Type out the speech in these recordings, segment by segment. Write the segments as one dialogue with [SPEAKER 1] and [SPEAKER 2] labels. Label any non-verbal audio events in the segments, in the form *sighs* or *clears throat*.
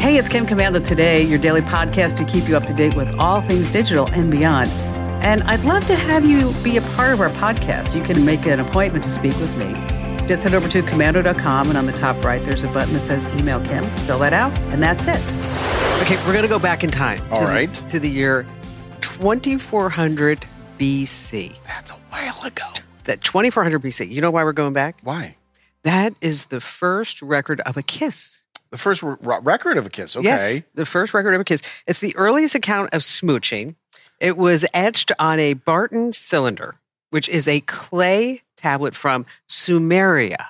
[SPEAKER 1] Hey, it's Kim Commando today, your daily podcast to keep you up to date with all things digital and beyond. And I'd love to have you be a part of our podcast. You can make an appointment to speak with me. Just head over to commando.com, and on the top right, there's a button that says Email Kim. Fill that out, and that's it.
[SPEAKER 2] Okay, we're going to go back in time.
[SPEAKER 3] All
[SPEAKER 2] to
[SPEAKER 3] right.
[SPEAKER 2] The, to the year 2400 BC.
[SPEAKER 3] That's a while ago.
[SPEAKER 2] That 2400 BC. You know why we're going back?
[SPEAKER 3] Why?
[SPEAKER 2] That is the first record of a kiss.
[SPEAKER 3] The first r- r- record of a kiss. Okay.
[SPEAKER 2] Yes, the first record of a kiss. It's the earliest account of smooching. It was etched on a Barton cylinder, which is a clay tablet from Sumeria.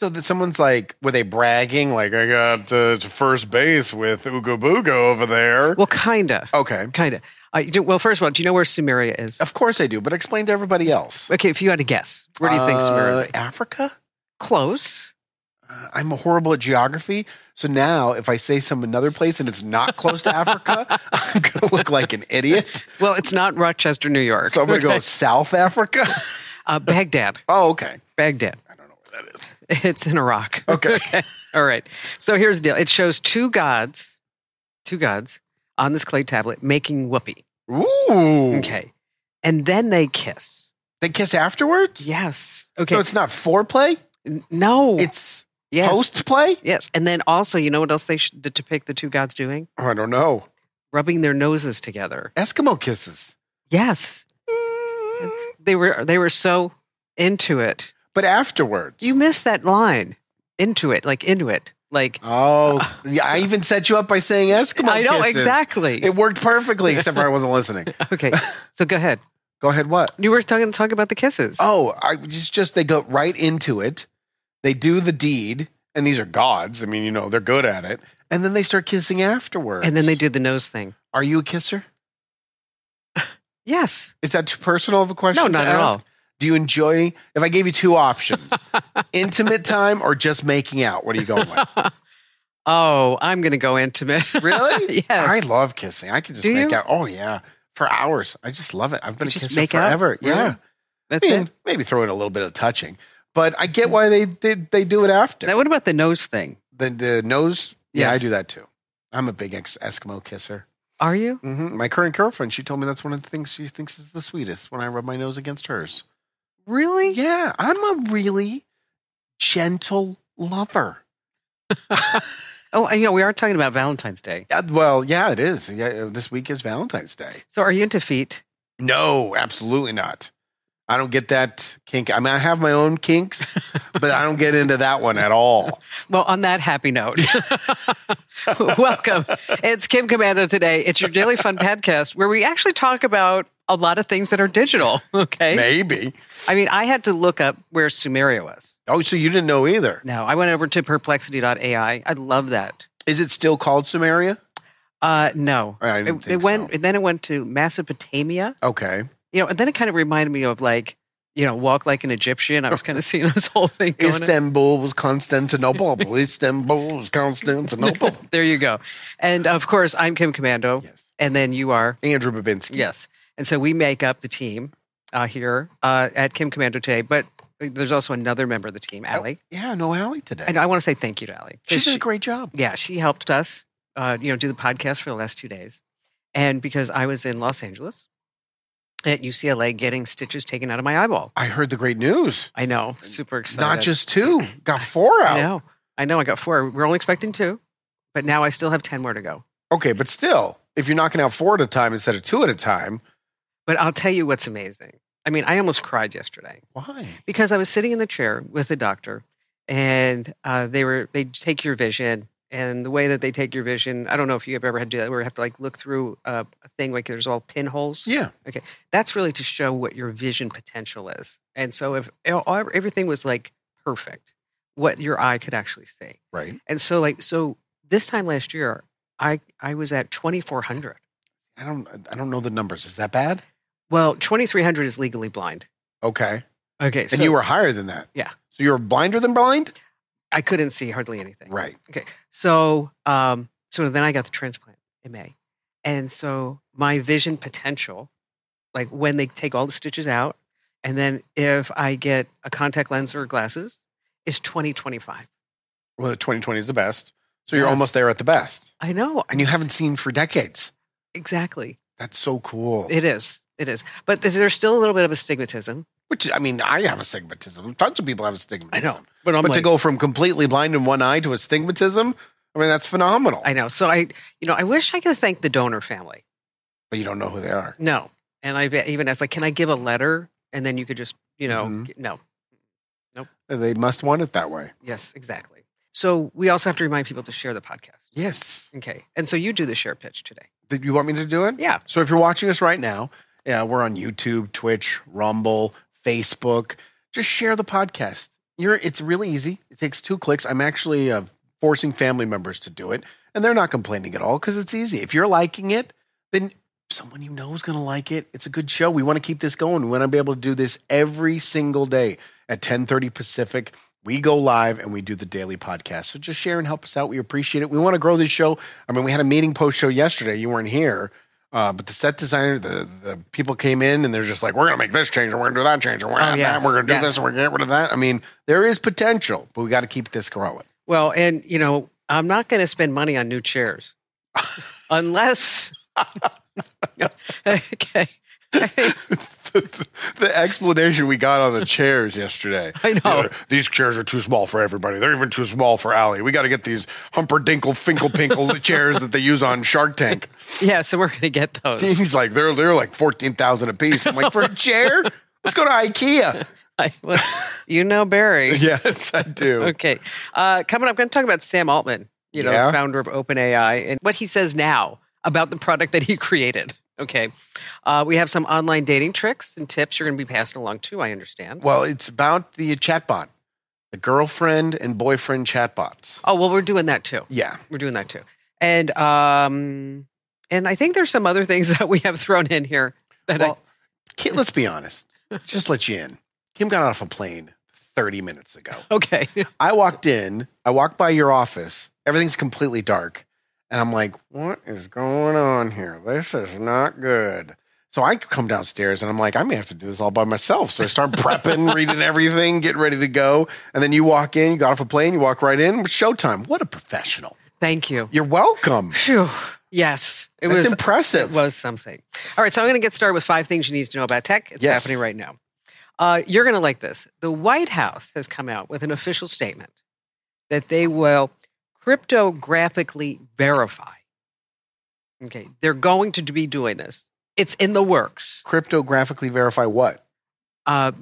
[SPEAKER 3] So that someone's like, were they bragging? Like, I got uh, to first base with Ooga Booga over there.
[SPEAKER 2] Well, kinda,
[SPEAKER 3] okay.
[SPEAKER 2] kinda. Uh, you do, well, first of all, do you know where Sumeria is?
[SPEAKER 3] Of course I do, but explain to everybody else.
[SPEAKER 2] Okay, if you had to guess, where do you think Sumeria?
[SPEAKER 3] Uh, Africa?
[SPEAKER 2] Close.
[SPEAKER 3] Uh, I'm horrible at geography. So now if I say some another place and it's not close to Africa, *laughs* I'm going to look like an idiot.
[SPEAKER 2] Well, it's not Rochester, New York.
[SPEAKER 3] So I'm going to go South Africa.
[SPEAKER 2] uh, Baghdad.
[SPEAKER 3] Oh, okay.
[SPEAKER 2] Baghdad. *laughs*
[SPEAKER 3] I don't know where that is.
[SPEAKER 2] It's in Iraq. *laughs*
[SPEAKER 3] Okay.
[SPEAKER 2] All right. So here's the deal. It shows two gods, two gods on this clay tablet making whoopee.
[SPEAKER 3] Ooh.
[SPEAKER 2] Okay. And then they kiss.
[SPEAKER 3] They kiss afterwards?
[SPEAKER 2] Yes. Okay.
[SPEAKER 3] So it's not foreplay?
[SPEAKER 2] N- no.
[SPEAKER 3] It's
[SPEAKER 2] yes.
[SPEAKER 3] post play?
[SPEAKER 2] Yes. And then also, you know what else they should depict the two gods doing?
[SPEAKER 3] Oh, I don't know.
[SPEAKER 2] Rubbing their noses together.
[SPEAKER 3] Eskimo kisses.
[SPEAKER 2] Yes. They were they were so into it.
[SPEAKER 3] But afterwards.
[SPEAKER 2] You missed that line. Into it, like into it. Like
[SPEAKER 3] oh, yeah, I even set you up by saying Eskimo
[SPEAKER 2] I know
[SPEAKER 3] kisses.
[SPEAKER 2] exactly.
[SPEAKER 3] It worked perfectly, except for I wasn't listening.
[SPEAKER 2] *laughs* Okay, so go ahead.
[SPEAKER 3] Go ahead, what?
[SPEAKER 2] You were talking talk about the kisses.
[SPEAKER 3] Oh, I just, just they go right into it. They do the deed, and these are gods. I mean, you know, they're good at it. And then they start kissing afterwards.
[SPEAKER 2] and then they do the nose thing.
[SPEAKER 3] Are you a kisser?
[SPEAKER 2] Yes.
[SPEAKER 3] Is that too personal of a question?
[SPEAKER 2] No, not
[SPEAKER 3] to
[SPEAKER 2] at
[SPEAKER 3] ask?
[SPEAKER 2] all.
[SPEAKER 3] Do you enjoy? If I gave you two
[SPEAKER 2] *laughs*
[SPEAKER 3] options, intimate time or just making out, what are you going with?
[SPEAKER 2] Oh, I'm going to go *laughs* intimate.
[SPEAKER 3] Really?
[SPEAKER 2] yes.
[SPEAKER 3] I love kissing. I could just
[SPEAKER 2] Do
[SPEAKER 3] make
[SPEAKER 2] you?
[SPEAKER 3] out. Oh yeah, for hours. I just love it. I've been
[SPEAKER 2] You
[SPEAKER 3] a
[SPEAKER 2] just
[SPEAKER 3] kisser
[SPEAKER 2] make out?
[SPEAKER 3] forever. Yeah,
[SPEAKER 2] Really? That's
[SPEAKER 3] I mean,
[SPEAKER 2] it.
[SPEAKER 3] maybe throw in a little bit of touching, but I get why they they, they do it after
[SPEAKER 2] Now, what about the nose thing?
[SPEAKER 3] the the nose. Yeah,
[SPEAKER 2] Yes.
[SPEAKER 3] I do that too. I'm a big ex- Eskimo kisser.
[SPEAKER 2] Are you?
[SPEAKER 3] hmm My current girlfriend, she told me that's one of the things she thinks is the sweetest when I rub my nose against hers.
[SPEAKER 2] Really?
[SPEAKER 3] Yeah, I'm a really gentle lover.
[SPEAKER 2] Oh, and, you know, we are talking about Valentine's Day.
[SPEAKER 3] Uh, well, yeah, it is. Yeah, this week is Valentine's Day.
[SPEAKER 2] So, are you into feet?
[SPEAKER 3] No, absolutely not. I don't get that kink. I mean, I have my own *laughs* kinks, but I don't get into that one at *laughs* all.
[SPEAKER 2] Well, on that happy note, *laughs* welcome. It's Kim Commando today. It's your daily fun podcast where we actually talk about a lot of things that are digital. *laughs* Okay.
[SPEAKER 3] Maybe.
[SPEAKER 2] I mean, I had to look up where Sumeria was.
[SPEAKER 3] Oh, so you didn't know either.
[SPEAKER 2] No, I went over to perplexity.ai. I love that.
[SPEAKER 3] Is it still called Sumeria?
[SPEAKER 2] Uh, no,
[SPEAKER 3] I didn't
[SPEAKER 2] it,
[SPEAKER 3] think
[SPEAKER 2] it went,
[SPEAKER 3] so.
[SPEAKER 2] and then it went to Mesopotamia.
[SPEAKER 3] Okay.
[SPEAKER 2] You know, and then it kind of reminded me of like, you know, walk like an Egyptian. I was kind of *laughs* seeing this whole thing going. on.
[SPEAKER 3] Istanbul was *laughs* Constantinople. Istanbul was Constantinople.
[SPEAKER 2] there you go. And of course, I'm Kim Commando,
[SPEAKER 3] *laughs* Yes.
[SPEAKER 2] and then you are,
[SPEAKER 3] Andrew Babinski.
[SPEAKER 2] yes. And so we make up the team uh, here uh, at Kim Commando today. But there's also another member of the team, Allie.
[SPEAKER 3] Yeah, no Allie today.
[SPEAKER 2] And I want to say thank you to Allie.
[SPEAKER 3] She did
[SPEAKER 2] She-
[SPEAKER 3] a great job.
[SPEAKER 2] yeah, she helped us, uh, you know, do the podcast for the last two days. And because I was in Los Angeles at UCLA getting stitches taken out of my eyeball.
[SPEAKER 3] I heard the great news.
[SPEAKER 2] I know, super excited.
[SPEAKER 3] Not just two, *laughs* got four out.
[SPEAKER 2] I know, I know. I got four. We're only expecting two, but now I still have ten more to go.
[SPEAKER 3] Okay, but still, if you're knocking out four at a time instead of two at a time,
[SPEAKER 2] But I'll tell you what's amazing. I mean, I almost cried yesterday
[SPEAKER 3] why?
[SPEAKER 2] because I was sitting in the chair with the doctor, and uh, they were they take your vision. And the way that they take your vision, I don't know if you have ever had to do that, where you have to like look through uh, a thing, like there's all pinholes.
[SPEAKER 3] Yeah.
[SPEAKER 2] that's really to show what your vision potential is. And so if e- everything was like perfect, what your eye could actually see.
[SPEAKER 3] Right.
[SPEAKER 2] And so like so this time last year, I I was at 2400.
[SPEAKER 3] I don't. I don't know the numbers. Is that bad?
[SPEAKER 2] Well, 2300 is legally blind.
[SPEAKER 3] Okay.
[SPEAKER 2] Okay, so
[SPEAKER 3] and you were higher than that.
[SPEAKER 2] Yeah.
[SPEAKER 3] So you were blinder than blind.
[SPEAKER 2] I couldn't see hardly anything.
[SPEAKER 3] Right.
[SPEAKER 2] So um so then I got the transplant in May. And so my vision potential like when they take all the stitches out and then if I get a contact lens or glasses is 2025.
[SPEAKER 3] Well, 2020 is the best. So you're
[SPEAKER 2] Yes.
[SPEAKER 3] almost there at the best,
[SPEAKER 2] I know. I
[SPEAKER 3] and you haven't seen for decades.
[SPEAKER 2] exactly.
[SPEAKER 3] That's so cool.
[SPEAKER 2] It is. It is. But there's, there's still a little bit of astigmatism.
[SPEAKER 3] Which I mean, I have astigmatism. Tons of people have astigmatism.
[SPEAKER 2] But I'm
[SPEAKER 3] but to
[SPEAKER 2] like-
[SPEAKER 3] go from completely blind in one eye to astigmatism, I mean, that's phenomenal.
[SPEAKER 2] I know. So I, you know, I wish I could thank the donor family.
[SPEAKER 3] but you don't know who they are.
[SPEAKER 2] No. And I've even asked, like, can I give a letter? And then you could just, you know,
[SPEAKER 3] Mhm.
[SPEAKER 2] get- no.
[SPEAKER 3] They must want it that way.
[SPEAKER 2] Yes, exactly. So we also have to remind people to share the podcast.
[SPEAKER 3] Yes.
[SPEAKER 2] Okay. And so you do the share pitch today.
[SPEAKER 3] Did you want me to do it?
[SPEAKER 2] Yeah.
[SPEAKER 3] So if you're watching us right now, yeah, we're on YouTube, Twitch, Rumble, Facebook. Just share the podcast. You're it's really easy. It takes two clicks. I'm actually uh, forcing family members to do it, and they're not complaining at all because it's easy. If you're liking it, then someone you know is going to like it. It's a good show. We want to keep this going. We want to be able to do this every single day at 10:30 Pacific. We go live and we do the daily podcast. So just share and help us out. We appreciate it. We want to grow this show. I mean, we had a meeting post show yesterday. You weren't here. Uh, but the set designer, the, the people came in and they're just like, we're going to make this change and we're going to do that change and we're
[SPEAKER 2] Oh,
[SPEAKER 3] going to
[SPEAKER 2] yeah.
[SPEAKER 3] that. We're going to do
[SPEAKER 2] Yeah.
[SPEAKER 3] this and we're going to get rid of that. I mean, there is potential, but we got to keep this growing.
[SPEAKER 2] Well, and, you know, I'm not going to spend money on new chairs unless. *laughs* okay. *laughs*
[SPEAKER 3] the, *laughs* the explanation we got on the chairs yesterday.
[SPEAKER 2] *laughs* I know.
[SPEAKER 3] You these chairs are too small for everybody. They're even too small for Allie. We got to get these humperdinkle finkle
[SPEAKER 2] *laughs*
[SPEAKER 3] pinkle chairs that they use on Shark Tank.
[SPEAKER 2] Yeah. So we're going to get
[SPEAKER 3] *laughs*
[SPEAKER 2] those.
[SPEAKER 3] He's like, they're they're like fourteen thousand a piece. I'm like, for
[SPEAKER 2] *laughs*
[SPEAKER 3] a chair, let's go to IKEA.
[SPEAKER 2] I, well, you
[SPEAKER 3] *laughs*
[SPEAKER 2] know, Barry.
[SPEAKER 3] Yes, I do.
[SPEAKER 2] Okay. Uh, coming up, I'm going to talk about Sam Altman, you know,
[SPEAKER 3] Yeah.
[SPEAKER 2] founder of OpenAI, and what he says now about the product that he *laughs* created. Okay. Uh, we have some online dating tricks and tips you're going to be passing along too, I understand.
[SPEAKER 3] Well, it's about the chatbot, the girlfriend and boyfriend chatbots.
[SPEAKER 2] Oh, well, we're doing that too.
[SPEAKER 3] Yeah,
[SPEAKER 2] We're doing that too. And, um, and I think there's some other things *laughs* that we have thrown in here that
[SPEAKER 3] Well, Kim, let's be honest. Just let you in. Kim got off a plane thirty minutes ago.
[SPEAKER 2] I, *laughs* okay.
[SPEAKER 3] I walked in, I walked by your office, everything's completely dark. And I'm like, what is going on here? This is not good. So I come downstairs and I'm like, I may have to do this all by myself. So I
[SPEAKER 2] *laughs*
[SPEAKER 3] start prepping, reading everything, getting ready to go. And then you walk in, you got off a plane, you walk right in, showtime. What a professional.
[SPEAKER 2] Thank you.
[SPEAKER 3] You're welcome.
[SPEAKER 2] Phew. Yes. It
[SPEAKER 3] That's
[SPEAKER 2] was
[SPEAKER 3] impressive.
[SPEAKER 2] It was something. All right, so I'm going to get started with five things you need to know about tech. It's
[SPEAKER 3] Yes.
[SPEAKER 2] happening right now. Uh, you're going to like this. The White House has come out with an official statement that they will cryptographically verify. Okay, they're going to be doing this. It's in the works.
[SPEAKER 3] Cryptographically verify what?
[SPEAKER 2] Uh,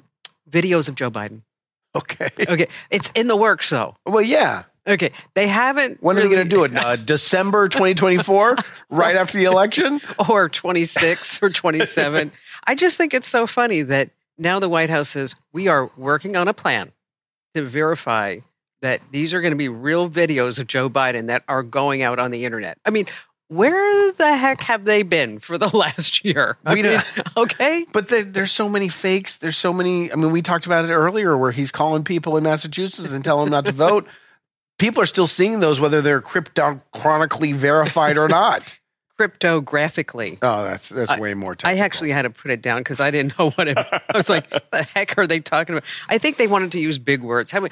[SPEAKER 2] videos of Joe Biden. *laughs*
[SPEAKER 3] Okay.
[SPEAKER 2] Okay, it's in the works though.
[SPEAKER 3] Well, yeah.
[SPEAKER 2] Okay, they haven't.
[SPEAKER 3] When are they going to
[SPEAKER 2] to
[SPEAKER 3] do it? Uh, December 2024, right after the election?
[SPEAKER 2] *laughs* or 26 or 27.
[SPEAKER 3] *laughs*
[SPEAKER 2] I just think it's so funny that now the White House says we are working on a plan to verify that these are going to be real videos of Joe Biden that are going out on the internet. I mean, where the heck have they been for the *laughs* last year? I
[SPEAKER 3] We
[SPEAKER 2] mean,
[SPEAKER 3] don't-
[SPEAKER 2] *laughs* okay.
[SPEAKER 3] But there, there's so many fakes. There's so many. I mean, we talked about it earlier where he's calling people in Massachusetts and telling them not to vote. *laughs* People are still seeing those, whether they're cryptochronically verified or not.
[SPEAKER 2] Cryptographically.
[SPEAKER 3] *laughs* Oh, that's that's way more.
[SPEAKER 2] I
[SPEAKER 3] Technical.
[SPEAKER 2] actually had to put it down because I didn't know what it. I
[SPEAKER 3] *laughs*
[SPEAKER 2] was like, "The heck are they talking about?" I think they wanted to use big words. How about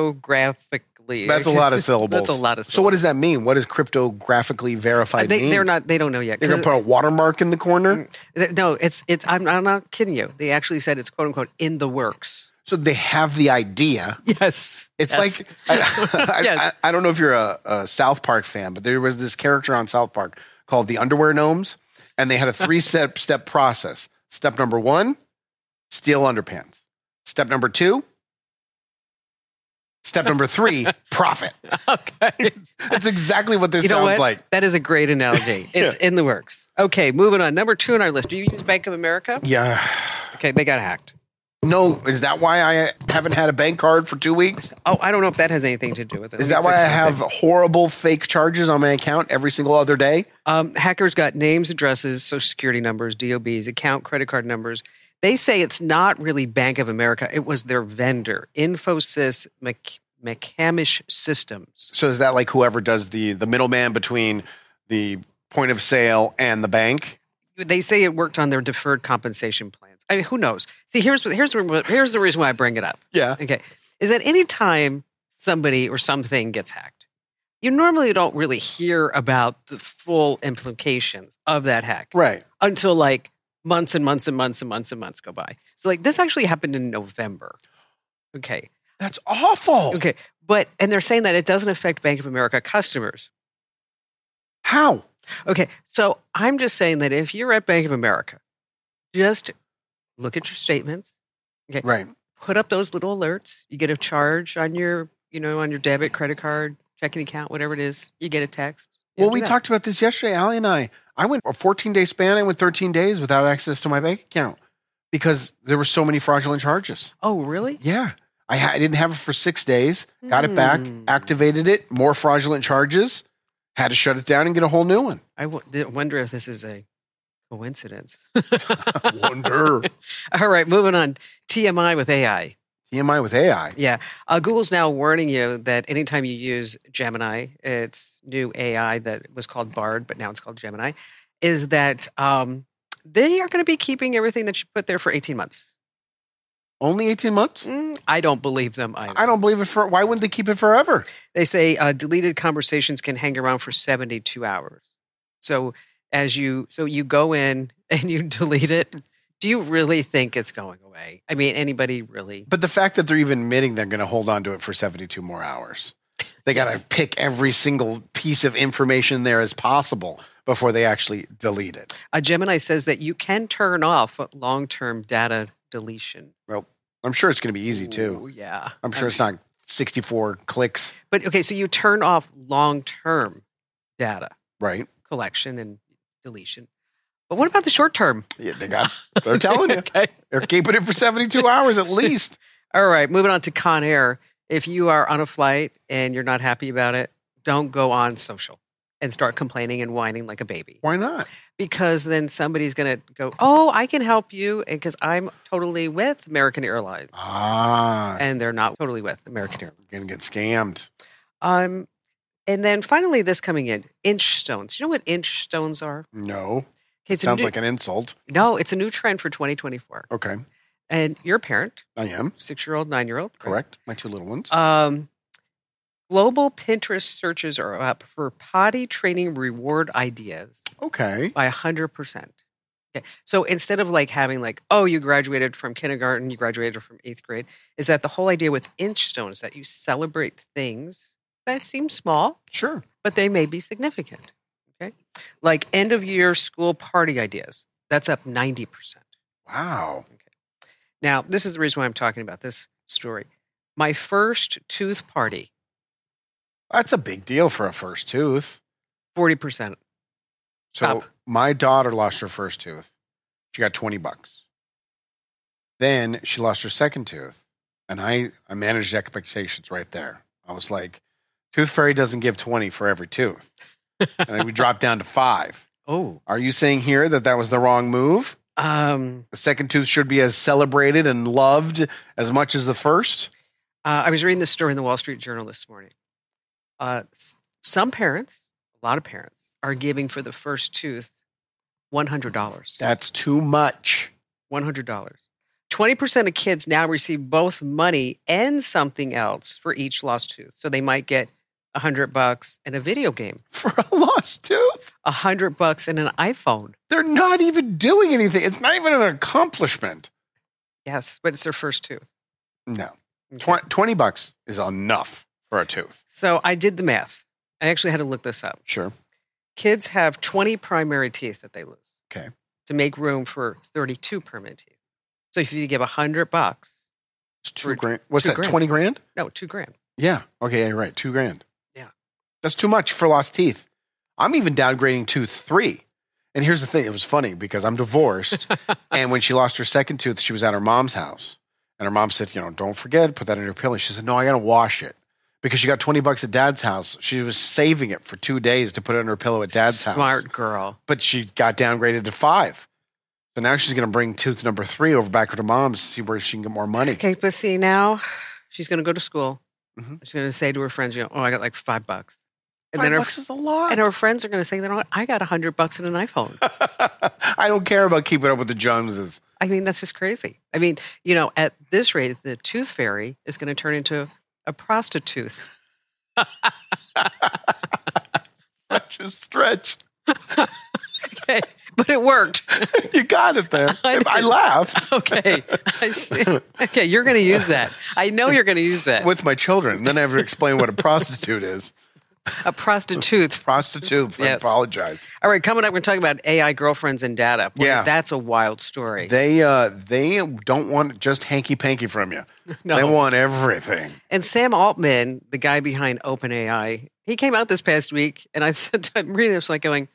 [SPEAKER 2] cryptographically?
[SPEAKER 3] that's a lot of syllables.
[SPEAKER 2] That's a lot of.
[SPEAKER 3] So what does that mean? What does cryptographically verified
[SPEAKER 2] *laughs* they,
[SPEAKER 3] mean?
[SPEAKER 2] They're not. They don't know yet.
[SPEAKER 3] They're gonna put a watermark in the Mm. corner.
[SPEAKER 2] 'Cause it- no, it's it's. I'm, I'm not kidding you. They actually said it's quote unquote in the works.
[SPEAKER 3] So they have the idea.
[SPEAKER 2] Yes,
[SPEAKER 3] It's
[SPEAKER 2] Yes.
[SPEAKER 3] like I, *laughs* I,
[SPEAKER 2] Yes.
[SPEAKER 3] I, I don't know if you're a, a South Park fan, but there was this character on South Park called the Underwear Gnomes, and they had
[SPEAKER 2] *laughs*
[SPEAKER 3] a three step step process. Step number one, steal underpants. Step number two, step number
[SPEAKER 2] *laughs*
[SPEAKER 3] three, profit.
[SPEAKER 2] *laughs*
[SPEAKER 3] *laughs*
[SPEAKER 2] okay.
[SPEAKER 3] That's exactly what this
[SPEAKER 2] You know
[SPEAKER 3] sounds
[SPEAKER 2] what?
[SPEAKER 3] like.
[SPEAKER 2] that is a
[SPEAKER 3] *laughs*
[SPEAKER 2] great analogy. It's in the works. Okay, moving on. Number two on our list. Do you use Bank of America?
[SPEAKER 3] Yeah,
[SPEAKER 2] Okay, they got hacked.
[SPEAKER 3] No, is that why I haven't had a bank card for two weeks?
[SPEAKER 2] Oh, I don't know if that has anything to do with it.
[SPEAKER 3] Is
[SPEAKER 2] Let
[SPEAKER 3] that
[SPEAKER 2] me
[SPEAKER 3] why I
[SPEAKER 2] fix
[SPEAKER 3] have horrible fake charges on my account every single other day?
[SPEAKER 2] Um, hackers got names, addresses, social security numbers, DOBs, account, credit card numbers. They say it's not really Bank of America. It was their vendor, Infosys Mc- McCamish Systems.
[SPEAKER 3] So is that like whoever does the the middleman between the point of sale and the bank?
[SPEAKER 2] They say it worked on their deferred compensation plans. I mean, who knows? See, here's what, here's what, here's the reason why I bring it up.
[SPEAKER 3] Yeah.
[SPEAKER 2] Okay, is that any time somebody or something gets hacked, you normally don't really hear about the full implications of that hack.
[SPEAKER 3] Right.
[SPEAKER 2] until like months and months and months and months and months go by. So like this actually happened in November. Okay.
[SPEAKER 3] That's awful.
[SPEAKER 2] Okay. But and they're saying that it doesn't affect Bank of America customers.
[SPEAKER 3] How?
[SPEAKER 2] Okay. So I'm just saying that if you're at Bank of America, just look at your statements,
[SPEAKER 3] Right.
[SPEAKER 2] put up those little alerts, you get a charge on your, you know, on your debit, credit card, checking account, whatever it is, you get a text. You know,
[SPEAKER 3] Well,
[SPEAKER 2] do
[SPEAKER 3] we
[SPEAKER 2] that.
[SPEAKER 3] talked about this yesterday, Allie and I. I went a 14 day span. I went 13 days without access to my bank account because there were so many fraudulent charges.
[SPEAKER 2] Oh, really?
[SPEAKER 3] Yeah. I, ha- I didn't have it for six days, got it back,
[SPEAKER 2] Hmm.
[SPEAKER 3] activated it, more fraudulent charges, had to shut it down and get a whole new one.
[SPEAKER 2] I w- wonder if this is a coincidence.
[SPEAKER 3] *laughs*
[SPEAKER 2] *laughs*
[SPEAKER 3] Wonder.
[SPEAKER 2] All right, moving on. TMI with AI.
[SPEAKER 3] TMI with AI.
[SPEAKER 2] Yeah. Uh, Google's now warning you that anytime you use Gemini, its new AI that was called Bard, but now it's called Gemini, is that um, they are going to be keeping everything that you put there for 18 months.
[SPEAKER 3] Only 18 months?
[SPEAKER 2] Mm, I don't believe them either.
[SPEAKER 3] I don't believe it for why wouldn't they keep it forever?
[SPEAKER 2] They say uh, deleted conversations can hang around for 72 hours. So as you so you go in *laughs* and you delete it, do you really think it's going away? I mean, anybody really?
[SPEAKER 3] But the fact that they're even admitting they're going to hold on to it for 72 more hours, they got to
[SPEAKER 2] Yes.
[SPEAKER 3] pick every single piece of information there as possible before they actually delete it.
[SPEAKER 2] Uh, Gemini says that you can turn off long term data deletion.
[SPEAKER 3] I'm sure it's going to be easy too.
[SPEAKER 2] Ooh, yeah.
[SPEAKER 3] I'm sure it's not 64 clicks,
[SPEAKER 2] But okay, so you turn off long term data
[SPEAKER 3] right?
[SPEAKER 2] collection and deletion. But what about the short
[SPEAKER 3] *laughs*
[SPEAKER 2] term?
[SPEAKER 3] Yeah, they
[SPEAKER 2] *laughs*
[SPEAKER 3] got. They're telling you
[SPEAKER 2] okay.
[SPEAKER 3] they're keeping it for
[SPEAKER 2] *laughs*
[SPEAKER 3] 72 hours at least.
[SPEAKER 2] All right, moving on to Con Air. If you are on a flight and you're not happy about it, don't go on social and start complaining and whining like a baby.
[SPEAKER 3] Why not?
[SPEAKER 2] Because then somebody's going to go, Oh, I can help you. And because I'm totally with American Airlines.
[SPEAKER 3] Ah,
[SPEAKER 2] And they're not totally with American Airlines.
[SPEAKER 3] gonna get scammed.
[SPEAKER 2] Um, and then finally, this coming in inch stones. You know what inch stones are?
[SPEAKER 3] No,
[SPEAKER 2] Okay,
[SPEAKER 3] it sounds
[SPEAKER 2] a new,
[SPEAKER 3] like an insult.
[SPEAKER 2] no. It's a new trend for 2024.
[SPEAKER 3] Okay,
[SPEAKER 2] And you're a parent,
[SPEAKER 3] I am
[SPEAKER 2] six year old, nine year old,
[SPEAKER 3] correct. My two little ones.
[SPEAKER 2] Um, global Pinterest searches are up for potty training reward ideas
[SPEAKER 3] Okay,
[SPEAKER 2] by hundred percent. Okay, so instead of like having like, oh, you graduated from kindergarten, you graduated from eighth grade, is that the whole idea with inch stones that you celebrate things that seem small
[SPEAKER 3] sure.
[SPEAKER 2] but they may be significant. Okay. Like end of year school party ideas. That's up 90%.
[SPEAKER 3] Wow.
[SPEAKER 2] Now, this is the reason why I'm talking about this story. My first tooth party,
[SPEAKER 3] That's a big deal for a first tooth.
[SPEAKER 2] 40%.
[SPEAKER 3] So
[SPEAKER 2] Up.
[SPEAKER 3] my daughter lost her first tooth. She got 20 bucks. Then she lost her second tooth. And I, I managed expectations right there. I was like, Tooth Fairy doesn't give 20 for every tooth. and then we dropped down to five.
[SPEAKER 2] Oh.
[SPEAKER 3] Are you saying here that that was the wrong move?
[SPEAKER 2] Um,
[SPEAKER 3] The second tooth should be as celebrated and loved as much as the first?
[SPEAKER 2] uh, I was reading this story in the Wall Street Journal this morning. Uh, s- some parents, a lot of parents, are giving for the first tooth $100.
[SPEAKER 3] That's too much. *laughs*
[SPEAKER 2] $100. 20% of kids now receive both money and something else for each lost tooth. So they might get 100 bucks and a video game,
[SPEAKER 3] For a lost tooth?
[SPEAKER 2] 100 bucks and an iPhone.
[SPEAKER 3] They're not even doing anything. It's not even an accomplishment.
[SPEAKER 2] Yes, but it's their first tooth.
[SPEAKER 3] No.
[SPEAKER 2] Okay.
[SPEAKER 3] Twen- 20 bucks is enough for a tooth.
[SPEAKER 2] So I did the math. I actually had to look this up.
[SPEAKER 3] Sure.
[SPEAKER 2] Kids have 20 primary teeth that they lose.
[SPEAKER 3] Okay.
[SPEAKER 2] To make room for 32 permanent teeth. So if you give 100 bucks,
[SPEAKER 3] It's
[SPEAKER 2] For
[SPEAKER 3] two grand. What's
[SPEAKER 2] two
[SPEAKER 3] that?
[SPEAKER 2] grand.
[SPEAKER 3] 20 grand?
[SPEAKER 2] no, 2 grand.
[SPEAKER 3] Yeah. Okay. Yeah, you're right. Two grand.
[SPEAKER 2] Yeah.
[SPEAKER 3] That's too much for lost teeth. I'm even downgrading tooth three. And
[SPEAKER 2] *laughs*
[SPEAKER 3] here's the thing it was funny because I'm divorced. and when she lost her second tooth, she was at her mom's house. And her mom said, you know, don't forget, put that in your pillow. She said, no, I got to wash it because she got 20 bucks at dad's house. She was saving it for two days to put it in her pillow at dad's house.
[SPEAKER 2] Smart girl.
[SPEAKER 3] But she got downgraded to five. So now she's going to bring tooth number three over back to mom's to see where she can get more money.
[SPEAKER 2] Okay, but see now, she's going to go to school.
[SPEAKER 3] Mhm.
[SPEAKER 2] She's going to say to her friends, "You know, oh, I got like five bucks," and
[SPEAKER 3] Five
[SPEAKER 2] then her
[SPEAKER 3] bucks is a lot.
[SPEAKER 2] and her friends are going to say, "You know, what? I got a hundred bucks in an
[SPEAKER 3] *laughs*
[SPEAKER 2] iPhone."
[SPEAKER 3] I don't care about keeping up with the Joneses. *laughs*
[SPEAKER 2] I mean, that's just crazy. I mean, you know, at this rate, the tooth fairy is going to turn into a prostitute. *laughs*
[SPEAKER 3] Such a stretch.
[SPEAKER 2] Okay, but it worked.
[SPEAKER 3] You got it there.
[SPEAKER 2] *laughs* I
[SPEAKER 3] I,
[SPEAKER 2] did.
[SPEAKER 3] laughed
[SPEAKER 2] *laughs* Okay, I see. Okay, you're going to use that. I know you're going to use that.
[SPEAKER 3] with my children. Then I have to explain what a prostitute is.
[SPEAKER 2] a prostitute.
[SPEAKER 3] Prostitute. I
[SPEAKER 2] Yes.
[SPEAKER 3] apologize.
[SPEAKER 2] All right, coming up, we're talking about AI girlfriends and data. Boy,
[SPEAKER 3] Yeah.
[SPEAKER 2] that's a wild story.
[SPEAKER 3] They uh, they don't want just hanky panky from you.
[SPEAKER 2] *laughs* No.
[SPEAKER 3] They want everything.
[SPEAKER 2] And Sam Altman, the guy behind OpenAI, he came out this past week, and I *laughs* said, to- I'm reading this, like going,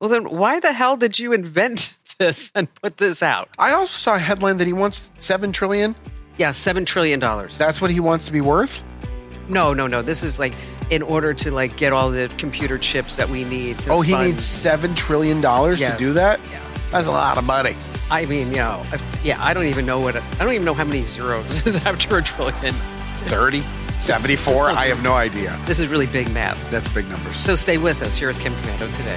[SPEAKER 2] "Well, then, why the hell did you invent *laughs* this and put this out?"
[SPEAKER 3] I also saw a headline that he wants seven trillion.
[SPEAKER 2] Yeah, seven trillion dollars.
[SPEAKER 3] That's what he wants to be worth.
[SPEAKER 2] No, no, no. This is like in order to like get all the computer chips that we need. To
[SPEAKER 3] Oh, he
[SPEAKER 2] fund-
[SPEAKER 3] needs seven trillion dollars
[SPEAKER 2] Yes.
[SPEAKER 3] to do that.
[SPEAKER 2] Yeah.
[SPEAKER 3] That's a lot of money.
[SPEAKER 2] I mean, you know, I- yeah. I don't even know what. I don't even know how many zeros *laughs* is after a trillion.
[SPEAKER 3] 30,
[SPEAKER 2] *laughs*
[SPEAKER 3] 74, I have no idea.
[SPEAKER 2] This is really big math.
[SPEAKER 3] That's big numbers.
[SPEAKER 2] So stay with us here at Kim Commando today.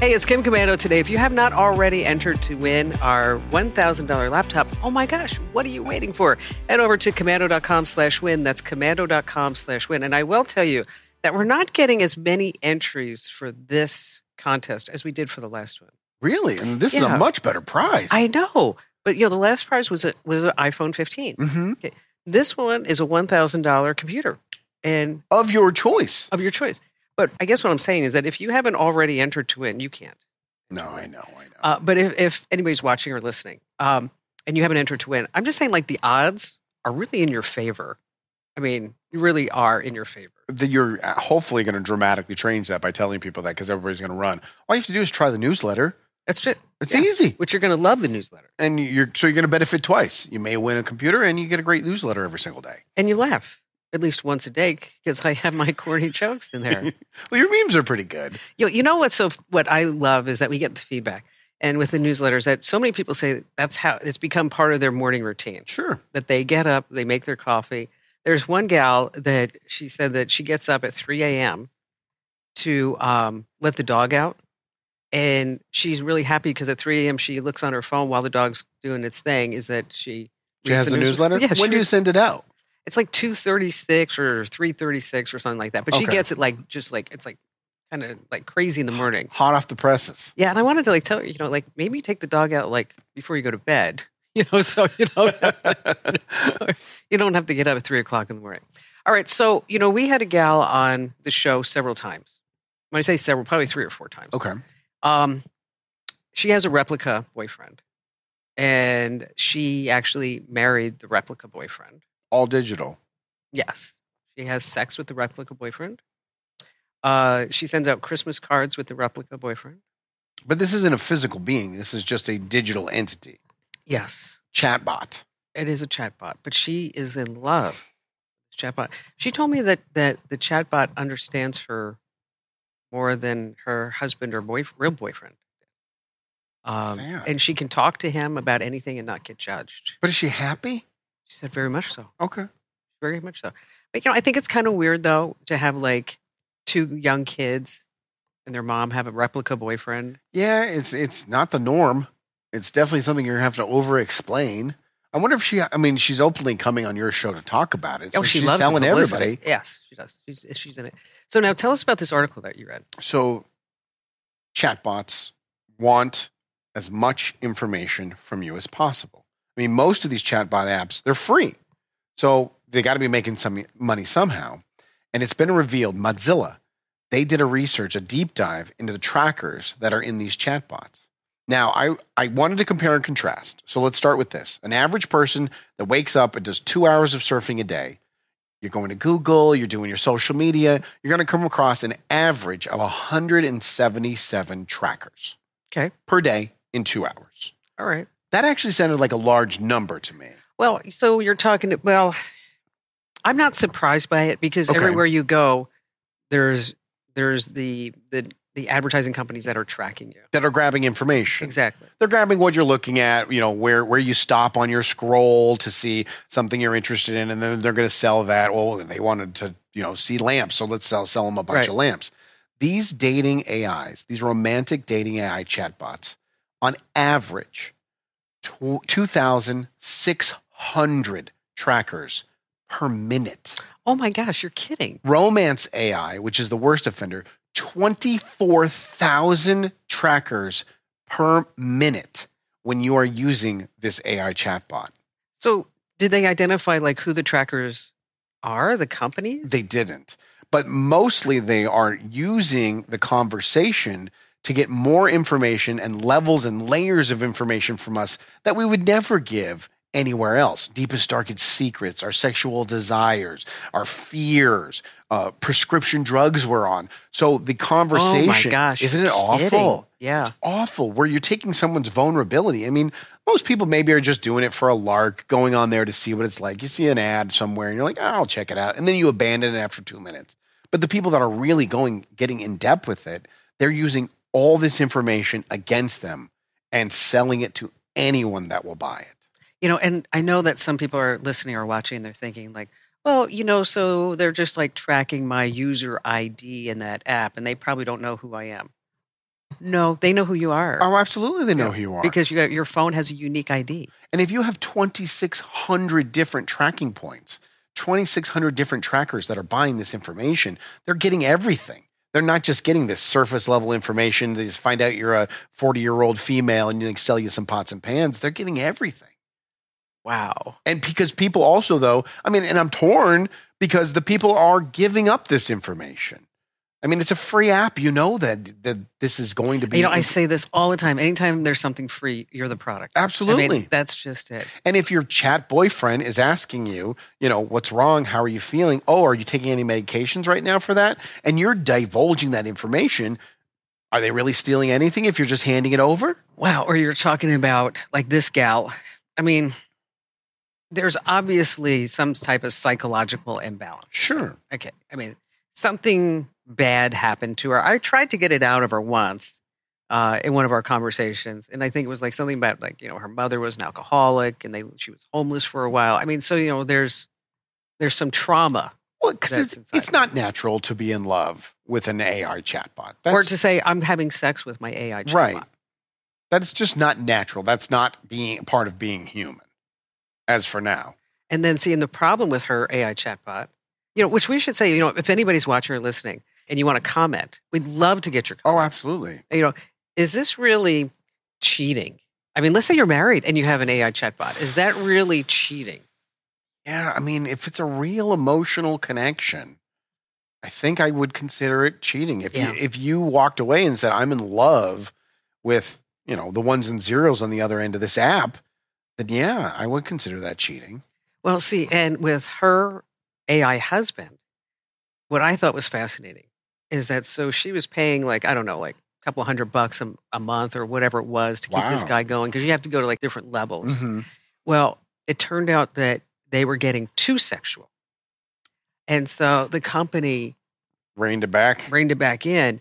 [SPEAKER 2] Hey, it's Kim Commando today. If you have not already entered to win our $1,000 laptop, oh my gosh, what are you waiting for? Head over to commando.com slash win. That's commando.com slash win. And I will tell you that we're not getting as many entries for this contest as we did for the last one.
[SPEAKER 3] Really? And this is
[SPEAKER 2] Yeah.
[SPEAKER 3] a much better prize.
[SPEAKER 2] I know, but you know, the last prize was a, was an iPhone 15.
[SPEAKER 3] hmm
[SPEAKER 2] This one is a $1,000 computer and
[SPEAKER 3] Of your choice.
[SPEAKER 2] of your choice. But I guess what I'm saying is that if you haven't already entered to win, you can't.
[SPEAKER 3] No, I know, I know.
[SPEAKER 2] Uh, but if, if anybody's watching or listening um, and you haven't entered to win, I'm just saying like the odds are really in your favor. I mean, you really are in your favor.
[SPEAKER 3] that you're uh, hopefully going to dramatically change that by telling people that because everybody's going to run. All you have to do is try the newsletter.
[SPEAKER 2] That's just,
[SPEAKER 3] It's
[SPEAKER 2] Yeah.
[SPEAKER 3] easy,
[SPEAKER 2] which you're going to love the newsletter
[SPEAKER 3] and you're so you're going to benefit twice. You may win a computer, and you get a great newsletter every single day.
[SPEAKER 2] and you laugh at least once a day because I have my corny jokes in there.
[SPEAKER 3] Well, your memes are pretty good.
[SPEAKER 2] you, you know what's so what I love is that we get the feedback. And with the newsletters, that so many people say that's how it's become part of their morning routine.
[SPEAKER 3] Sure,
[SPEAKER 2] that they get up, they make their coffee. There's one gal that she said that she gets up at 3 a.m. to um, let the dog out. And she's really happy because at 3 a.m. she looks on her phone while the dog's doing its thing. Is that she?
[SPEAKER 3] she
[SPEAKER 2] reads
[SPEAKER 3] has the newsletter.
[SPEAKER 2] Yeah,
[SPEAKER 3] when
[SPEAKER 2] she
[SPEAKER 3] do you
[SPEAKER 2] reads-
[SPEAKER 3] send it out?
[SPEAKER 2] it's like 2:36 or 3:36 or something like that. But she
[SPEAKER 3] Okay.
[SPEAKER 2] gets it like just like it's like kind of like crazy in the morning.
[SPEAKER 3] Hot off the presses.
[SPEAKER 2] Yeah, and I wanted to like tell her, you know, like maybe take the dog out like before you go to bed, *laughs* you know, so you know you don't have to *laughs* get up at three o'clock in the morning. All right, so you know we had a gal on the show several times. When I say several, probably three or four times.
[SPEAKER 3] Okay,
[SPEAKER 2] Um, she has a replica boyfriend, and she actually married the replica boyfriend.
[SPEAKER 3] all digital.
[SPEAKER 2] Yes. She has sex with the replica boyfriend. Uh, she sends out Christmas cards with the replica boyfriend.
[SPEAKER 3] But this isn't a physical being. This is just a digital entity,
[SPEAKER 2] Yes.
[SPEAKER 3] chatbot.
[SPEAKER 2] It is a chatbot, but she is in love. with Chatbot. She told me that that the chatbot understands her more than her husband or boyf- real boyfriend. Um,
[SPEAKER 3] Sad.
[SPEAKER 2] and she can talk to him about anything and not get judged.
[SPEAKER 3] But is she happy?
[SPEAKER 2] She said, "Very much so,
[SPEAKER 3] Okay,
[SPEAKER 2] very much so." But you know, I think it's kind of weird though to have like two young kids and their mom have a replica boyfriend.
[SPEAKER 3] Yeah, it's it's not the norm. It's definitely something you're gonna have to over explain. I wonder if she I mean she's openly coming on your show to talk about it.
[SPEAKER 2] Oh,
[SPEAKER 3] so
[SPEAKER 2] she
[SPEAKER 3] she's
[SPEAKER 2] loves the
[SPEAKER 3] telling
[SPEAKER 2] publicity.
[SPEAKER 3] everybody.
[SPEAKER 2] Yes, she does. She's, she's in it. So now, tell us about this article that you read.
[SPEAKER 3] So chatbots want as much information from you as possible. I mean, most of these chatbot apps, they're free. So they got to be making some money somehow. And it's been revealed Mozilla, they did a research, a deep dive into the trackers that are in these chatbots. Now, I, I wanted to compare and contrast. So let's start with this. An average person that wakes up and does two hours of surfing a day, you're going to Google, you're doing your social media, you're going to come across an average of 177 trackers
[SPEAKER 2] Okay.
[SPEAKER 3] per day in two hours.
[SPEAKER 2] All right.
[SPEAKER 3] That actually sounded like a large number to me.
[SPEAKER 2] Well, so you're talking. Well, I'm not surprised by it because
[SPEAKER 3] Okay.
[SPEAKER 2] everywhere you go, there's there's the the the advertising companies that are tracking you.
[SPEAKER 3] That are grabbing information.
[SPEAKER 2] Exactly.
[SPEAKER 3] They're grabbing what you're looking at, you know, where where you stop on your scroll to see something you're interested in, and then they're going to sell that. Well, they wanted to, you know, see lamps, so let's sell sell them a bunch
[SPEAKER 2] Right.
[SPEAKER 3] of lamps. These dating AIs, these romantic dating AI chatbots, on average, tw- two thousand six hundred trackers per minute.
[SPEAKER 2] Oh my gosh, you're kidding.
[SPEAKER 3] Romance AI, which is the worst offender, 24,000 trackers per minute when you are using this AI chatbot.
[SPEAKER 2] So did they identify like who the trackers are? The companies?
[SPEAKER 3] They didn't. But mostly they are using the conversation to get more information and levels and layers of information from us that we would never give anywhere else. Deepest, darkest secrets, our sexual desires, our fears, uh, prescription drugs we're on. So the conversation,
[SPEAKER 2] Oh my gosh,
[SPEAKER 3] isn't it
[SPEAKER 2] you're
[SPEAKER 3] awful?
[SPEAKER 2] kidding. Yeah.
[SPEAKER 3] It's awful where you're taking someone's vulnerability. I mean, most people maybe are just doing it for a lark, going on there to see what it's like. You see an ad somewhere and you're like, oh, I'll check it out. And then you abandon it after two minutes. But the people that are really going, getting in depth with it, they're using all this information against them and selling it to anyone that will buy it.
[SPEAKER 2] You know, and I know that some people are listening or watching, they're thinking like, well, you know, so they're just like tracking my user ID in that app and they probably don't know who I am. No, they know who you are.
[SPEAKER 3] Oh, absolutely. They know who you are.
[SPEAKER 2] Because you got, your phone has a unique ID.
[SPEAKER 3] And if you have 2,600 different tracking points, 2,600 different trackers that are buying this information, they're getting everything. They're not just getting this surface level information. They just find out you're a 40 year old female and they sell you some pots and pans. They're getting everything.
[SPEAKER 2] Wow.
[SPEAKER 3] And because people also, though, I mean, and I'm torn because the people are giving up this information. I mean, it's a free app. You know that, that this is going to be.
[SPEAKER 2] You know, I say this all the time. Anytime there's something free, you're the product.
[SPEAKER 3] Absolutely.
[SPEAKER 2] I mean, that's just it.
[SPEAKER 3] And if your chat boyfriend is asking you, you know, what's wrong? How are you feeling? Oh, are you taking any medications right now for that? And you're divulging that information. Are they really stealing anything if you're just handing it over?
[SPEAKER 2] Wow. Or you're talking about like this gal. I mean, there's obviously some type of psychological imbalance.
[SPEAKER 3] Sure.
[SPEAKER 2] Okay. I mean, something bad happened to her. I tried to get it out of her once uh, in one of our conversations, and I think it was like something about like you know her mother was an alcoholic and they she was homeless for a while. I mean, so you know there's there's some trauma,
[SPEAKER 3] Well, because
[SPEAKER 2] That's
[SPEAKER 3] it's,
[SPEAKER 2] inside.
[SPEAKER 3] it's not natural to be in love with an AI chatbot. That's,
[SPEAKER 2] or to say I'm having sex with my AI chatbot.
[SPEAKER 3] Right. that's just not natural. That's not being part of being human, as for now.
[SPEAKER 2] And then seeing the problem with her AI chatbot, you know, which we should say, you know, if anybody's watching or listening and you want to comment, we'd love to get your
[SPEAKER 3] Oh, absolutely.
[SPEAKER 2] you know, is this really cheating? I mean, let's say you're married and you have an AI chatbot. Is that really cheating?
[SPEAKER 3] Yeah. I mean, if it's a real emotional connection, I think I would consider it cheating. If
[SPEAKER 2] Yeah.
[SPEAKER 3] you if you walked away and said, I'm in love with, you know, the ones and zeros on the other end of this app, then yeah, I would consider that cheating.
[SPEAKER 2] Well, see, and with her AI husband, what I thought was fascinating is that so she was paying like, I don't know, like a couple hundred bucks a, a month or whatever it was to keep this
[SPEAKER 3] Wow. Mm-hmm.
[SPEAKER 2] guy going because you have to go to like different levels. Well, it turned out that they were getting too sexual. And so the company
[SPEAKER 3] Reined it back.
[SPEAKER 2] reined it back in.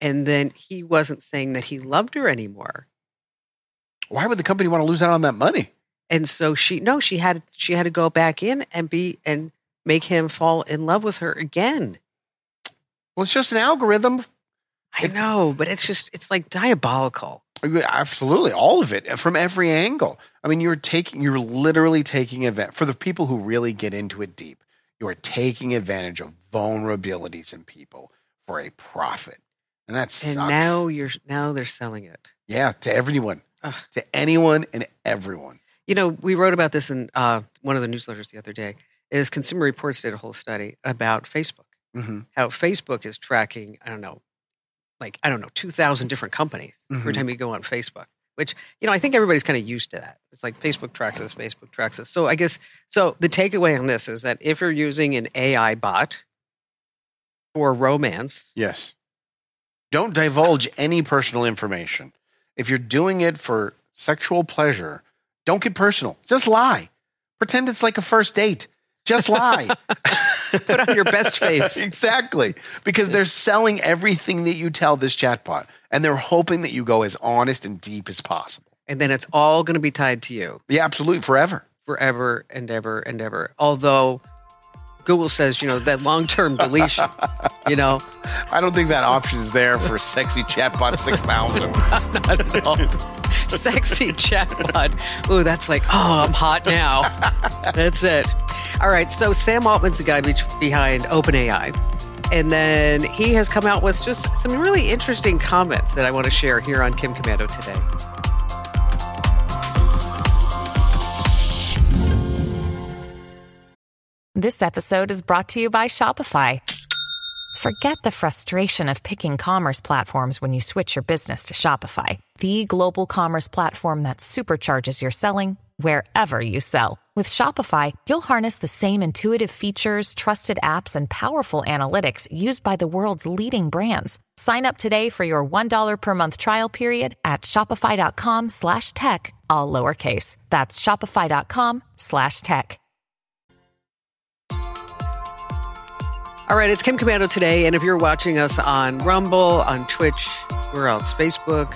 [SPEAKER 2] And then he wasn't saying that he loved her anymore.
[SPEAKER 3] Why would the company want to lose out on that money?
[SPEAKER 2] and so she no she had she had to go back in and be and make him fall in love with her again
[SPEAKER 3] Well, it's just an algorithm.
[SPEAKER 2] i know but it's just it's like diabolical
[SPEAKER 3] Absolutely, all of it uh, from every angle. I mean, you're taking, you're literally taking advantage for the people who really get into it deep. You are taking advantage of vulnerabilities in people for a profit, and that sucks.
[SPEAKER 2] And now you're now they're selling it.
[SPEAKER 3] yeah, to everyone,
[SPEAKER 2] Ugh.
[SPEAKER 3] to anyone and everyone.
[SPEAKER 2] You know, we wrote about this in uh, one of the newsletters the other day. Is Consumer Reports did a whole study about Facebook,
[SPEAKER 3] Mm-hmm.
[SPEAKER 2] how Facebook is tracking. I don't know, like I don't know, two thousand different companies every
[SPEAKER 3] Mhm.
[SPEAKER 2] time you go on Facebook. Which you know, I think everybody's kind of used to that. It's like Facebook tracks us, Facebook tracks us. So I guess so. The takeaway on this is that if you're using an AI bot for romance,
[SPEAKER 3] Yes. Don't divulge any personal information. If you're doing it for sexual pleasure, don't get personal. Just lie. Pretend it's like a first date.
[SPEAKER 2] *laughs*
[SPEAKER 3] Just lie.
[SPEAKER 2] put on your best face.
[SPEAKER 3] exactly. Because they're selling everything that you tell this chatbot and they're hoping that you go as honest and deep as possible.
[SPEAKER 2] and then it's all going to be tied to you
[SPEAKER 3] Yeah, absolutely. Forever.
[SPEAKER 2] forever and ever and ever. Although Google says, you know, that long term deletion, you know,
[SPEAKER 3] I don't think that option is there for sexy
[SPEAKER 2] *laughs*
[SPEAKER 3] chatbot 6000.
[SPEAKER 2] not at all. Sexy chatbot. Ooh, that's like, oh, I'm hot now. That's it. All right. So Sam Altman's the guy be- behind OpenAI. And then he has come out with just some really interesting comments that I want to share here on Kim Commando today.
[SPEAKER 4] This episode is brought to you by Shopify. Forget the frustration of picking commerce platforms when you switch your business to Shopify, the global commerce platform that supercharges your selling wherever you sell. With Shopify, you'll harness the same intuitive features, trusted apps, and powerful analytics used by the world's leading brands. Sign up today for your $1 per month trial period at shopify.com slash tech, all lowercase. That's shopify.com slash tech.
[SPEAKER 2] All right, it's Kim Commando today, and if you're watching us on Rumble, on Twitch, where else? Facebook,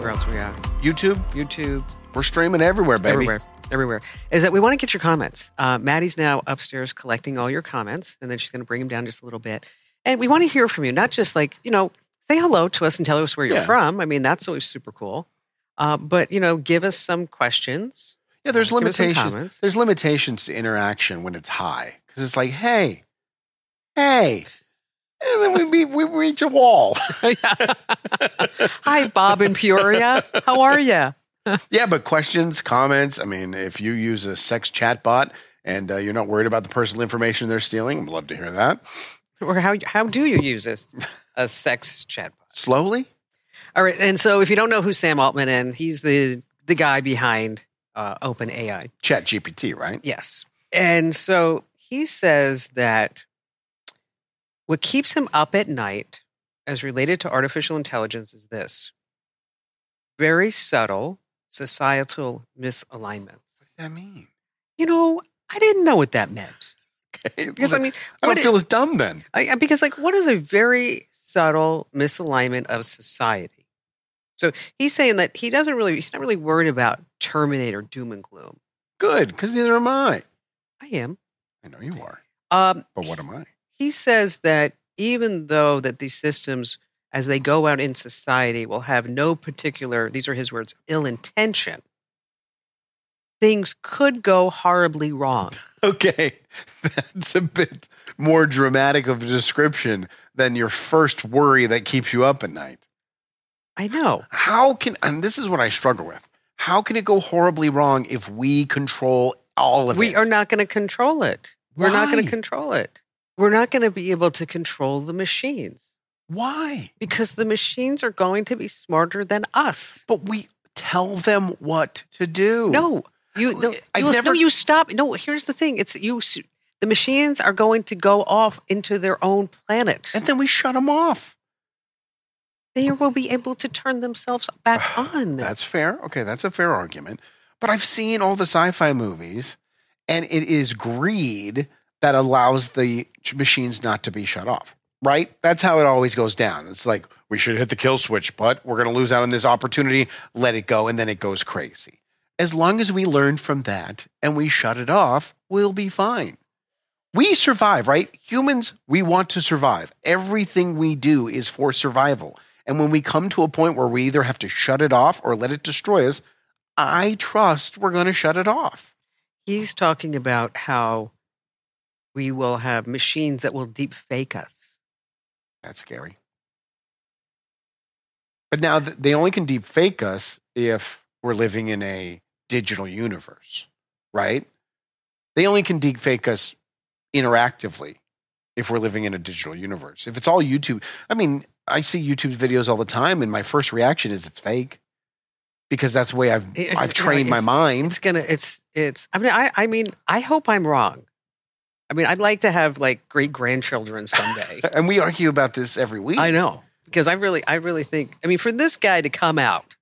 [SPEAKER 2] where else we at?
[SPEAKER 3] YouTube,
[SPEAKER 2] YouTube,
[SPEAKER 3] we're streaming everywhere, baby.
[SPEAKER 2] everywhere, everywhere. Is that we want to get your comments? Uh, Maddie's now upstairs collecting all your comments, and then she's going to bring them down just a little bit. And we want to hear from you, not just like you know, say hello to us and tell us where you're
[SPEAKER 3] Yeah.
[SPEAKER 2] from. I mean, that's always super cool. Uh, but you know, give us some questions.
[SPEAKER 3] Yeah, there's
[SPEAKER 2] Give us some
[SPEAKER 3] limitations.
[SPEAKER 2] comments.
[SPEAKER 3] There's limitations to interaction when it's high because it's like, hey, hey, and then we be, we reach a wall. *laughs*
[SPEAKER 2] Hi, Bob in Peoria. How are you?
[SPEAKER 3] yeah, but questions, comments. I mean, if you use a sex chat bot and uh, you're not worried about the personal information they're stealing, I'd love to hear that.
[SPEAKER 2] Or how how do you use this a sex chatbot?
[SPEAKER 3] Slowly,
[SPEAKER 2] All right, and so if you don't know who Sam Altman is, he's the the guy behind uh, OpenAI.
[SPEAKER 3] Chat GPT, right? *laughs*
[SPEAKER 2] Yes, and so he says that what keeps him up at night, as related to artificial intelligence, is this very subtle societal misalignment.
[SPEAKER 3] What does that mean?
[SPEAKER 2] You know, I didn't know what that meant because I mean,
[SPEAKER 3] I
[SPEAKER 2] what
[SPEAKER 3] don't
[SPEAKER 2] i-
[SPEAKER 3] feel as dumb then.
[SPEAKER 2] I, I- because like what is a very subtle misalignment of society so he's saying that he doesn't really he's not really worried about terminator doom and gloom
[SPEAKER 3] Good, because neither am I.
[SPEAKER 2] i am
[SPEAKER 3] I know you are,
[SPEAKER 2] um,
[SPEAKER 3] but what am I? *laughs*
[SPEAKER 2] he says that even though that these systems as they go out in society will have no particular these are his words ill intention things could go horribly wrong
[SPEAKER 3] Okay, *laughs* that's a bit more dramatic of a description than your first worry that keeps you up at night.
[SPEAKER 2] i know
[SPEAKER 3] How can, and this is what I struggle with, how can it go horribly wrong if we control all of
[SPEAKER 2] we
[SPEAKER 3] it?
[SPEAKER 2] are not going to control it we're not going
[SPEAKER 3] Why?
[SPEAKER 2] to control it we're not going to be able to control the machines
[SPEAKER 3] Why?
[SPEAKER 2] because the machines are going to be smarter than us.
[SPEAKER 3] But we tell them what to do.
[SPEAKER 2] No, you. No,
[SPEAKER 3] I've
[SPEAKER 2] you no,
[SPEAKER 3] never-
[SPEAKER 2] you stop. No, here's the thing. It's you. s- The machines are going to go off into their own
[SPEAKER 3] *sighs*
[SPEAKER 2] planet.
[SPEAKER 3] And then we shut them off.
[SPEAKER 2] They will be able to turn themselves
[SPEAKER 3] *sighs*
[SPEAKER 2] back on.
[SPEAKER 3] That's fair. Okay, that's a fair argument. But I've seen all the sci fi movies, and it is greed that allows the ch- machines not to be shut off, right? That's how it always goes down. It's like, we should hit the kill switch, but we're going to lose out on this opportunity. Let it go. And then it goes crazy. As long as we learn from that and we shut it off, we'll be fine. We survive, right? Humans, we want to survive. Everything we do is for survival. And when we come to a point where we either have to shut it off or let it destroy us, I trust we're going to shut it off.
[SPEAKER 2] He's talking about how we will have machines that will deep fake us.
[SPEAKER 3] That's scary. But now th- they only can deep fake us if we're living in a digital universe, right? They only can deep fake us interactively if we're living in a digital universe. If it's all YouTube, I mean, I see YouTube videos all the time, and my first reaction is it's fake because that's the way I've
[SPEAKER 2] It's-
[SPEAKER 3] I've trained my
[SPEAKER 2] it's-
[SPEAKER 3] mind.
[SPEAKER 2] It's gonna. It's it's. I mean, I I mean, I hope I'm wrong. I mean, I'd like to have like great
[SPEAKER 3] *laughs*
[SPEAKER 2] grandchildren someday.
[SPEAKER 3] And we argue about this every week.
[SPEAKER 2] I know because I really, I really think. I mean, for this guy to come out,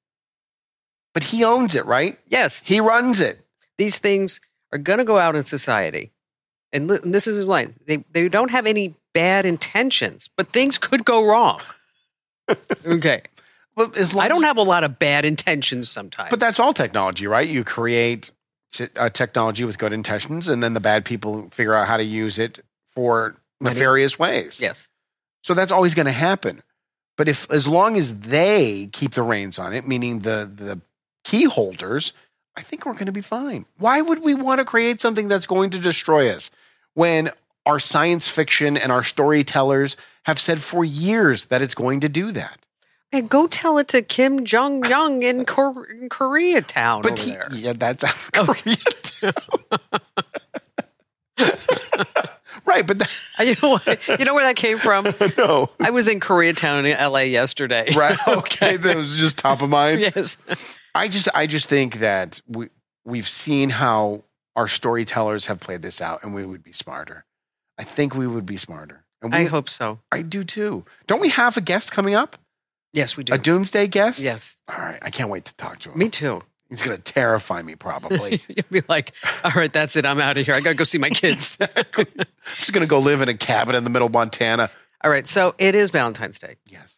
[SPEAKER 3] But he owns it, right?
[SPEAKER 2] yes,
[SPEAKER 3] He runs it.
[SPEAKER 2] these things are going to go out in society. And, li- and this is his line. They, they don't have any bad intentions, but things could go
[SPEAKER 3] *laughs*
[SPEAKER 2] wrong. okay.
[SPEAKER 3] But as long
[SPEAKER 2] I don't
[SPEAKER 3] as-
[SPEAKER 2] have a lot of bad intentions sometimes.
[SPEAKER 3] But that's all technology, right? You create t- a technology with good intentions, and then the bad people figure out how to use it for
[SPEAKER 2] Money.
[SPEAKER 3] nefarious ways.
[SPEAKER 2] Yes.
[SPEAKER 3] So that's always going to happen. But if as long as they keep the reins on it, meaning the the key holders, I think we're going to be fine. Why would we want to create something that's going to destroy us when our science fiction and our storytellers have said for years that it's going to do that?
[SPEAKER 2] And go tell it to Kim Jong Un in, Kor- in Koreatown
[SPEAKER 3] But
[SPEAKER 2] over
[SPEAKER 3] he-
[SPEAKER 2] there. *laughs* Oh.
[SPEAKER 3] yeah, that's *laughs* Korea too. right, but
[SPEAKER 2] *laughs*
[SPEAKER 3] that,
[SPEAKER 2] you, know what, you know where that came from?
[SPEAKER 3] *laughs* no,
[SPEAKER 2] I was in Koreatown in LA yesterday. *laughs*
[SPEAKER 3] right? *laughs* Okay, that was just top of mind. *laughs*
[SPEAKER 2] yes.
[SPEAKER 3] I just, I just think that we we've seen how our storytellers have played this out, and we would be smarter. I think we would be smarter, and we,
[SPEAKER 2] I hope so.
[SPEAKER 3] I do too. Don't we have a guest coming up?
[SPEAKER 2] Yes, we do.
[SPEAKER 3] A doomsday guest?
[SPEAKER 2] Yes.
[SPEAKER 3] All right, I can't wait to talk to him.
[SPEAKER 2] Me too.
[SPEAKER 3] He's gonna terrify me,
[SPEAKER 2] *laughs*
[SPEAKER 3] probably.
[SPEAKER 2] You'll be like, all right, that's it. I'm out of here. I got to go see
[SPEAKER 3] *laughs*
[SPEAKER 2] my kids.
[SPEAKER 3] I'm just gonna go live in a cabin in the middle of Montana.
[SPEAKER 2] All right, so it is Valentine's Day,
[SPEAKER 3] Yes,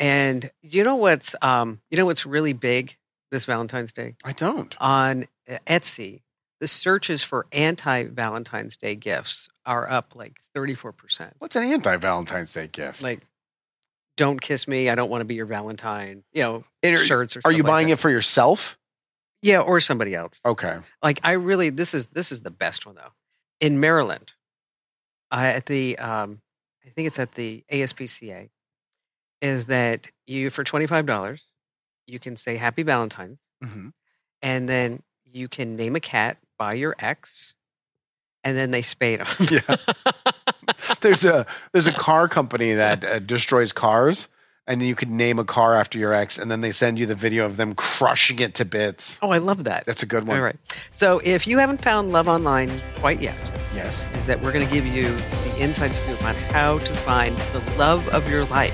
[SPEAKER 2] and you know what's um, you know what's really big this Valentine's Day
[SPEAKER 3] I don't.
[SPEAKER 2] on uh, Etsy. The searches for anti Valentine's Day gifts are up like thirty four percent.
[SPEAKER 3] What's an anti Valentine's Day gift?
[SPEAKER 2] Like, don't kiss me. I don't want to be your Valentine. You know,
[SPEAKER 3] And are,
[SPEAKER 2] shirts. Or
[SPEAKER 3] are you buying it for yourself?
[SPEAKER 2] it? Yeah, or somebody else.
[SPEAKER 3] Okay.
[SPEAKER 2] Like, I really this is this is the best one though. In Maryland, I at the um, I think it's at the ASPCA, is that you for twenty five dollars, you can say Happy Valentine's.
[SPEAKER 3] *laughs* Mm-hmm.
[SPEAKER 2] and then you can name a cat by your ex, and then they spay them.
[SPEAKER 3] There's a there's a car company that uh, destroys cars, and you can name a car after your ex, and then they send you the video of them crushing it to bits.
[SPEAKER 2] oh, I love that.
[SPEAKER 3] That's a good one.
[SPEAKER 2] All right. So if you haven't found love online quite yet,
[SPEAKER 3] Yes.
[SPEAKER 2] is that we're going to give you the inside scoop on how to find the love of your life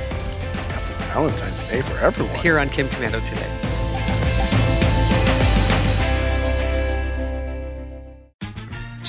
[SPEAKER 3] Valentine's Day for everyone.
[SPEAKER 2] here on Kim Commando today. *laughs*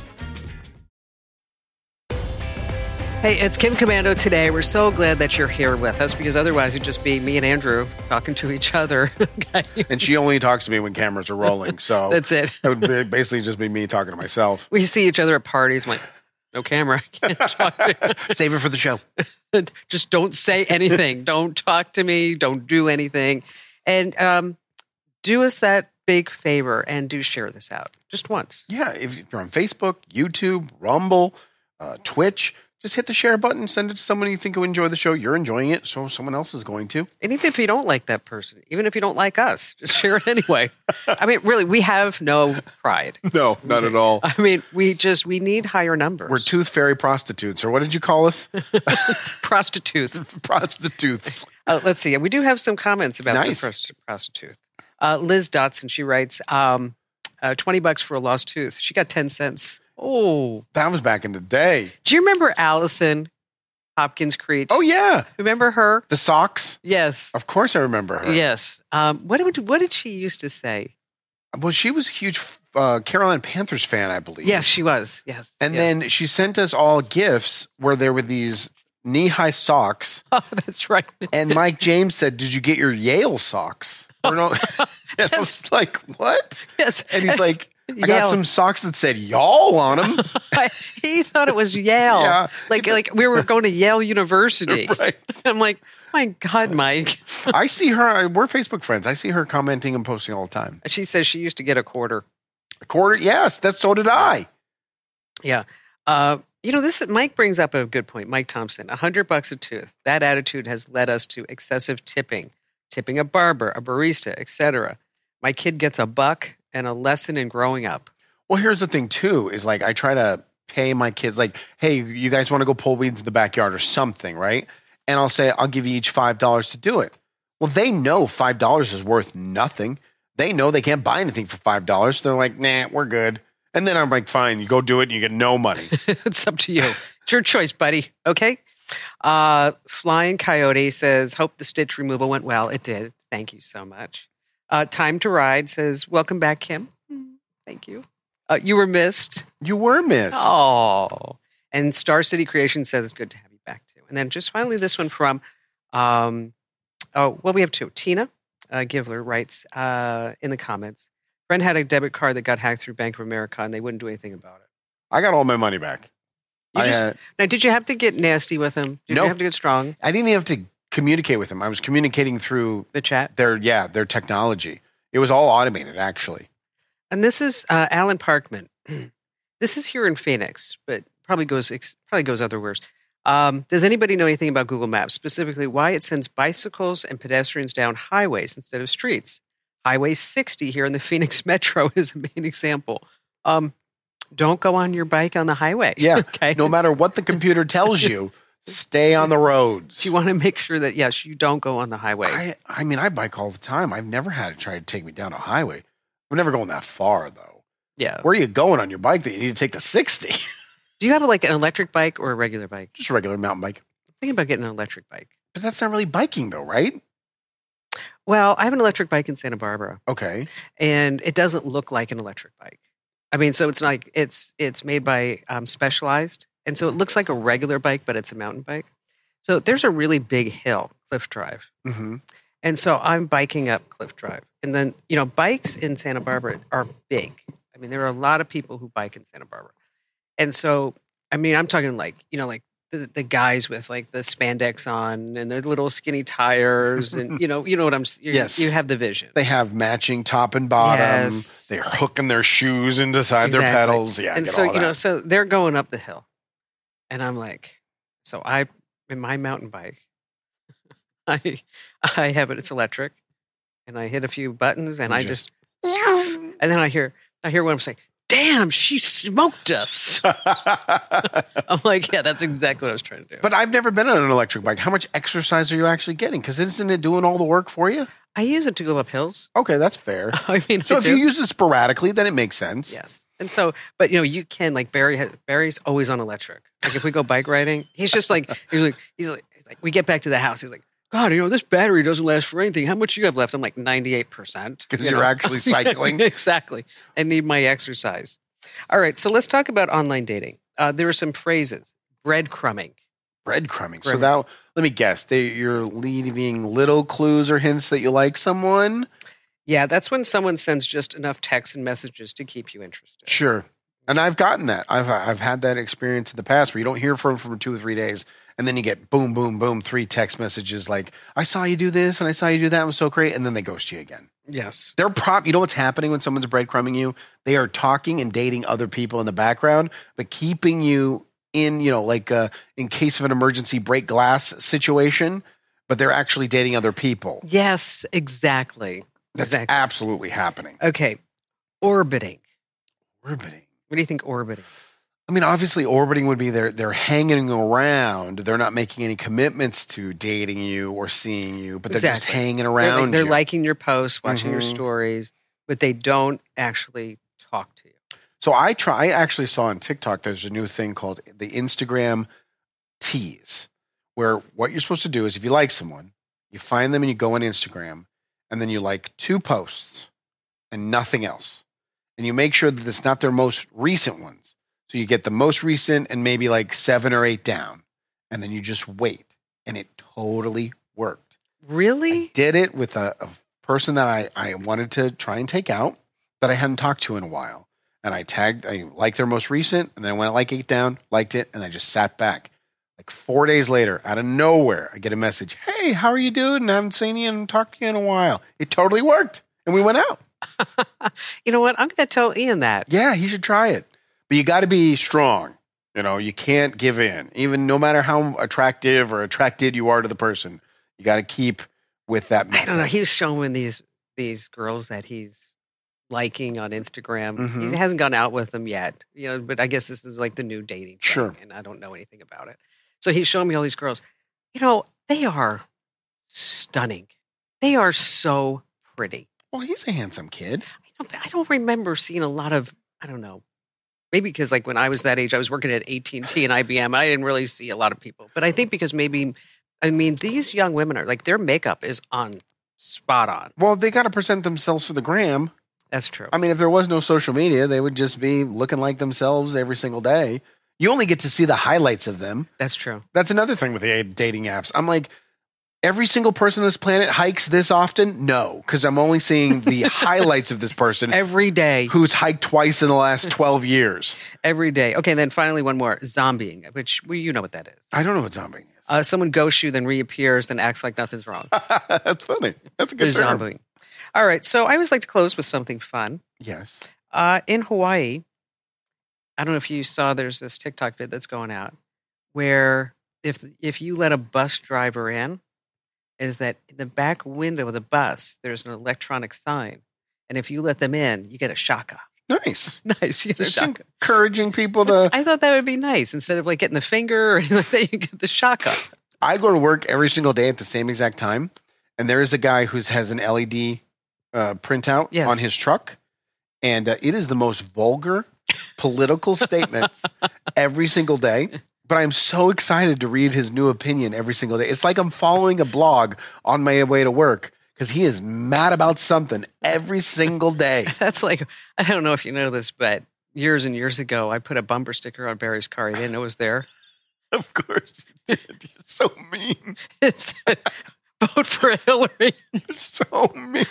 [SPEAKER 2] *laughs* Hey, it's Kim Commando today. We're so glad that you're here with us because otherwise it'd just be me and Andrew talking to each other. *laughs* okay.
[SPEAKER 3] And she only talks to me when cameras are rolling, *laughs* so
[SPEAKER 2] That's it.
[SPEAKER 3] That would be- basically just be me talking to myself.
[SPEAKER 2] We see each other at parties. I'm like, no camera. I can't talk to
[SPEAKER 3] Save it for the show.
[SPEAKER 2] *laughs* just don't
[SPEAKER 3] *laughs*
[SPEAKER 2] say anything. don't talk to me. Don't do anything. And um, do us that big favor and do share this out just once.
[SPEAKER 3] Yeah, if you're on Facebook, YouTube, Rumble, uh, Twitch, just hit the share button. Send it to someone you think will enjoy the show. You're enjoying it, so someone else is going to.
[SPEAKER 2] And even if you don't like that person, even if you don't like us,
[SPEAKER 3] *laughs*
[SPEAKER 2] just share it anyway. I mean, really, we have no pride.
[SPEAKER 3] *laughs* No, not at
[SPEAKER 2] *laughs*
[SPEAKER 3] all.
[SPEAKER 2] I mean, we just we need higher numbers. *laughs*
[SPEAKER 3] We're tooth fairy prostitutes, or what did you call us? *laughs*
[SPEAKER 2] prostitute.
[SPEAKER 3] prostitutes.
[SPEAKER 2] Uh, let's see. We do have some comments about
[SPEAKER 3] Nice.
[SPEAKER 2] the prost- prostitute. Uh, Liz Dotson, she writes, um, uh, 20 bucks for a lost tooth. She got 10 cents. Oh,
[SPEAKER 3] That was back in the day.
[SPEAKER 2] Do you remember Allison Hopkins Creech?
[SPEAKER 3] Oh yeah,
[SPEAKER 2] remember her?
[SPEAKER 3] the socks.
[SPEAKER 2] Yes,
[SPEAKER 3] Of course, I remember her.
[SPEAKER 2] yes. Um, what did what did she used to say?
[SPEAKER 3] Well, she was a huge uh, Carolina Panthers fan, I believe.
[SPEAKER 2] Yes, she was. Yes,
[SPEAKER 3] And
[SPEAKER 2] yes.
[SPEAKER 3] then she sent us all gifts where there were these knee high socks.
[SPEAKER 2] oh, *laughs* that's right.
[SPEAKER 3] *laughs* And Mike James said, "Did you get your Yale socks?"
[SPEAKER 2] Oh.
[SPEAKER 3] We're
[SPEAKER 2] *laughs*
[SPEAKER 3] not. *laughs* and I was like, what?
[SPEAKER 2] Yes.
[SPEAKER 3] *laughs* And he's like, I got
[SPEAKER 2] Yale.
[SPEAKER 3] some socks that said y'all on them.
[SPEAKER 2] *laughs* he thought it was Yale.
[SPEAKER 3] Yeah.
[SPEAKER 2] Like like we were going to Yale University.
[SPEAKER 3] *laughs* Right.
[SPEAKER 2] I'm like, my God, Mike. *laughs*
[SPEAKER 3] I see her. We're Facebook friends. I see her commenting and posting all the time.
[SPEAKER 2] She says she used to get a quarter.
[SPEAKER 3] A quarter, yes. That's so did I.
[SPEAKER 2] Yeah. Uh, you know, this Mike brings up a good point. Mike Thompson, a hundred bucks a tooth. That attitude has led us to excessive tipping, tipping a barber, a barista, etc. My kid gets a buck and a lesson in growing up. *laughs*
[SPEAKER 3] Well, here's the thing too: is like I try to pay my kids, like, hey, you guys want to go pull weeds in the backyard or something, right? And I'll say, I'll give you each five dollars to do it. Well, they know five dollars is worth nothing. They know they can't buy anything for five dollars. They're like, nah, we're good. And then I'm like, fine, you go do it, and you get no
[SPEAKER 2] *laughs*
[SPEAKER 3] money.
[SPEAKER 2] it's up to you. It's your choice, buddy. Okay. Uh, Flying Coyote says, Hope the stitch removal went well. It did. Thank you so much. Uh, Time to Ride says, Welcome back, Kim. Mm, Thank you. Uh, you were missed.
[SPEAKER 3] you were missed.
[SPEAKER 2] Oh. And Star City Creation says, It's good to have you back, too. And then just finally, this one from, um, oh, well, we have two. Tina uh, Givler writes uh, in the comments, Friend had a debit card that got hacked through Bank of America and they wouldn't do anything about it.
[SPEAKER 3] I got all my money back.
[SPEAKER 2] You
[SPEAKER 3] I,
[SPEAKER 2] just-
[SPEAKER 3] uh,
[SPEAKER 2] Now, did you have to get nasty with him? Did
[SPEAKER 3] No.
[SPEAKER 2] you have to get strong?
[SPEAKER 3] I didn't even have to communicate with them. I was communicating through
[SPEAKER 2] The chat.
[SPEAKER 3] their yeah their technology. It was all automated actually.
[SPEAKER 2] And this is uh, Alan Parkman. *clears throat* this is here in Phoenix, but probably goes ex- probably goes otherwhere. Um, does anybody know anything about Google Maps specifically? Why it sends bicycles and pedestrians down highways instead of streets? Highway 60 here in the *laughs* Phoenix Metro is a main example. Um, don't go on your bike on the highway.
[SPEAKER 3] Yeah.
[SPEAKER 2] *laughs* okay.
[SPEAKER 3] No matter what the computer tells you, stay on the roads.
[SPEAKER 2] you want to make sure that yes, you don't go on the highway.
[SPEAKER 3] I, I mean, I bike all the time. I've never had it try to take me down a highway. We're never going that far though.
[SPEAKER 2] yeah.
[SPEAKER 3] Where are you going on your bike that you need to take the sixty? *laughs*
[SPEAKER 2] Do you have like an electric bike or a regular bike?
[SPEAKER 3] Just a regular mountain bike.
[SPEAKER 2] Thinking about getting an electric bike.
[SPEAKER 3] But that's not really biking though, right?
[SPEAKER 2] Well, I have an electric bike in Santa Barbara,
[SPEAKER 3] Okay.
[SPEAKER 2] and it doesn't look like an electric bike. I mean, so it's like it's it's made by um, Specialized, and so it looks like a regular bike, but it's a mountain bike. So there's a really big hill, Cliff Drive,
[SPEAKER 3] Mm-hmm.
[SPEAKER 2] and so I'm biking up Cliff Drive, and then you know bikes in Santa Barbara are big. I mean, there are a lot of people who bike in Santa Barbara, and so I mean, I'm talking like you know like. The, the guys with like the spandex on and their little skinny tires and you know you know what I'm s- you-
[SPEAKER 3] Yes.
[SPEAKER 2] you have the vision
[SPEAKER 3] They have matching top and bottom.
[SPEAKER 2] Yes.
[SPEAKER 3] They're hooking their shoes inside their
[SPEAKER 2] Exactly.
[SPEAKER 3] pedals. Yeah, I
[SPEAKER 2] and
[SPEAKER 3] get
[SPEAKER 2] so
[SPEAKER 3] all *laughs*
[SPEAKER 2] you know
[SPEAKER 3] that.
[SPEAKER 2] so they're going up the hill and i'm like so i in my mountain bike *laughs* i i have it it's electric and i hit a few buttons and
[SPEAKER 3] You
[SPEAKER 2] i
[SPEAKER 3] just-
[SPEAKER 2] just *laughs* and then i hear i hear one of them say damn she
[SPEAKER 3] *laughs*
[SPEAKER 2] smoked us i'm like yeah that's exactly what i was trying to do
[SPEAKER 3] But I've never been on an electric bike. How much exercise are you actually getting? Because isn't it doing all the work for you?
[SPEAKER 2] i use it to go up hills *laughs*
[SPEAKER 3] Okay, that's fair.
[SPEAKER 2] i mean
[SPEAKER 3] So
[SPEAKER 2] I
[SPEAKER 3] if you
[SPEAKER 2] do.
[SPEAKER 3] use it sporadically, then it makes sense.
[SPEAKER 2] Yes. And so, but you know, you can like Barry. Has, Barry's always on electric. Like if we go bike riding, he's just like he's like he's like, he's like we get back to the house. He's like, God, you know, this battery doesn't last for anything. How much you have left? I'm like ninety eight percent
[SPEAKER 3] Because you're
[SPEAKER 2] *laughs*
[SPEAKER 3] actually cycling.
[SPEAKER 2] exactly. I need my exercise. All right, so let's talk about online dating. Uh, there are some phrases: breadcrumbing.
[SPEAKER 3] Breadcrumbing. So
[SPEAKER 2] Breadcrumbing.
[SPEAKER 3] that let me guess. They, you're leaving little clues or hints that you like someone.
[SPEAKER 2] Yeah, that's when someone sends just enough texts and messages to keep you interested.
[SPEAKER 3] Sure. And I've gotten that. I've I've had that experience in the past where you don't hear from for two or three days, and then you get boom, boom, boom, three text messages like I saw you do this and I saw you do that. It was so great, and then they ghost you again.
[SPEAKER 2] Yes.
[SPEAKER 3] They're prop. You know what's happening when someone's breadcrumbing you? They are talking and dating other people in the background, but keeping you in, you know, like uh, in case of an emergency, break glass situation. But they're actually dating other people.
[SPEAKER 2] Yes. Exactly.
[SPEAKER 3] That's
[SPEAKER 2] exactly.
[SPEAKER 3] absolutely happening.
[SPEAKER 2] Okay. Orbiting.
[SPEAKER 3] Orbiting.
[SPEAKER 2] What do you think orbiting?
[SPEAKER 3] I mean, obviously, orbiting would be they're they're hanging around. They're not making any commitments to dating you or seeing you, but they're just
[SPEAKER 2] Exactly.
[SPEAKER 3] hanging
[SPEAKER 2] They're, like,
[SPEAKER 3] around.
[SPEAKER 2] they're
[SPEAKER 3] you.
[SPEAKER 2] liking your posts, watching your
[SPEAKER 3] Mhm.
[SPEAKER 2] stories, but they don't actually talk to you.
[SPEAKER 3] So I try. I actually saw on TikTok there's a new thing called the Instagram tease, where what you're supposed to do is if you like someone, you find them and you go on Instagram, and then you like two posts and nothing else, and you make sure that it's not their most recent ones. So you get the most recent and maybe like seven or eight down, and then you just wait, and it totally worked. I
[SPEAKER 2] Really?
[SPEAKER 3] did it with a, a person that I, I wanted to try and take out that I hadn't talked to in a while. And I tagged, I liked their most recent, and then I went like eight down, liked it, and I just sat back. Like four days later, out of nowhere, I get a message Hey, how are you doing? I haven't seen you and talked to you in a while. It totally worked. And we went out.
[SPEAKER 2] You know what? I'm going to tell Ian that.
[SPEAKER 3] Yeah, he should try it. But you got to be strong. You know, you can't give in, even no matter how attractive or attracted you are to the person. You got to keep with that.
[SPEAKER 2] I
[SPEAKER 3] Method.
[SPEAKER 2] don't know. He was showing these these girls that he's liking on Instagram.
[SPEAKER 3] Mhm.
[SPEAKER 2] He hasn't gone out with them yet, you know. But I guess this is like the new dating. thing,
[SPEAKER 3] Sure.
[SPEAKER 2] And I don't know anything about it. So he's showing me all these girls. You know, they are stunning. They are so pretty.
[SPEAKER 3] well, he's a handsome kid.
[SPEAKER 2] I don't, I don't remember seeing a lot of. I don't know. Maybe because like when I was that age, I was working at AT and T and IBM. And I didn't really see a lot of people, but I think because maybe, I mean, these young women are like their makeup is on spot on.
[SPEAKER 3] Well, they got to present themselves for the gram.
[SPEAKER 2] That's true.
[SPEAKER 3] I mean, if there was no social media, they would just be looking like themselves every single day. You only get to see the highlights of them.
[SPEAKER 2] That's true.
[SPEAKER 3] That's another thing with the dating apps. I'm like, every single person on this planet hikes this often? No, because I'm only seeing
[SPEAKER 2] *laughs*
[SPEAKER 3] the highlights of this person
[SPEAKER 2] Every day,
[SPEAKER 3] who's hiked twice in the last 12 years.
[SPEAKER 2] every day. Okay, then finally one more zombieing, which well, you know what that is.
[SPEAKER 3] I don't know what zombie is. *laughs*
[SPEAKER 2] Uh, someone ghosts you, then reappears, then acts like nothing's wrong.
[SPEAKER 3] That's funny. That's a
[SPEAKER 2] They're
[SPEAKER 3] good term.
[SPEAKER 2] zombieing. All right, so I always like to close with something fun.
[SPEAKER 3] Yes.
[SPEAKER 2] Uh, in Hawaii, I don't know if you saw. There's this TikTok vid that's going out where if if you let a bus driver in, is that in the back window of the bus there's an electronic sign, and if you let them in, you get a shaka. *laughs*
[SPEAKER 3] Nice.
[SPEAKER 2] Nice, you get a
[SPEAKER 3] It's
[SPEAKER 2] shaka.
[SPEAKER 3] encouraging people to.
[SPEAKER 2] I thought that would be nice instead of like getting the finger *laughs* or anything like that, you get the shaka.
[SPEAKER 3] I go to work every single day at the same exact time, and there is a guy who has an LED uh, printout
[SPEAKER 2] Yes.
[SPEAKER 3] on his truck, and uh, it is the most vulgar *laughs* political statements every single day. But I'm so excited to read his new opinion every single day. It's like I'm following a blog on my way to work because he is mad about something every single day.
[SPEAKER 2] That's like I don't know if you know this, but years and years ago, I put a bumper sticker on Barry's car. He didn't know it was there.
[SPEAKER 3] *laughs*
[SPEAKER 2] *laughs*
[SPEAKER 3] of course, you did. You're so mean.
[SPEAKER 2] It said, Vote for Hillary. *laughs*
[SPEAKER 3] You're *laughs* so mean.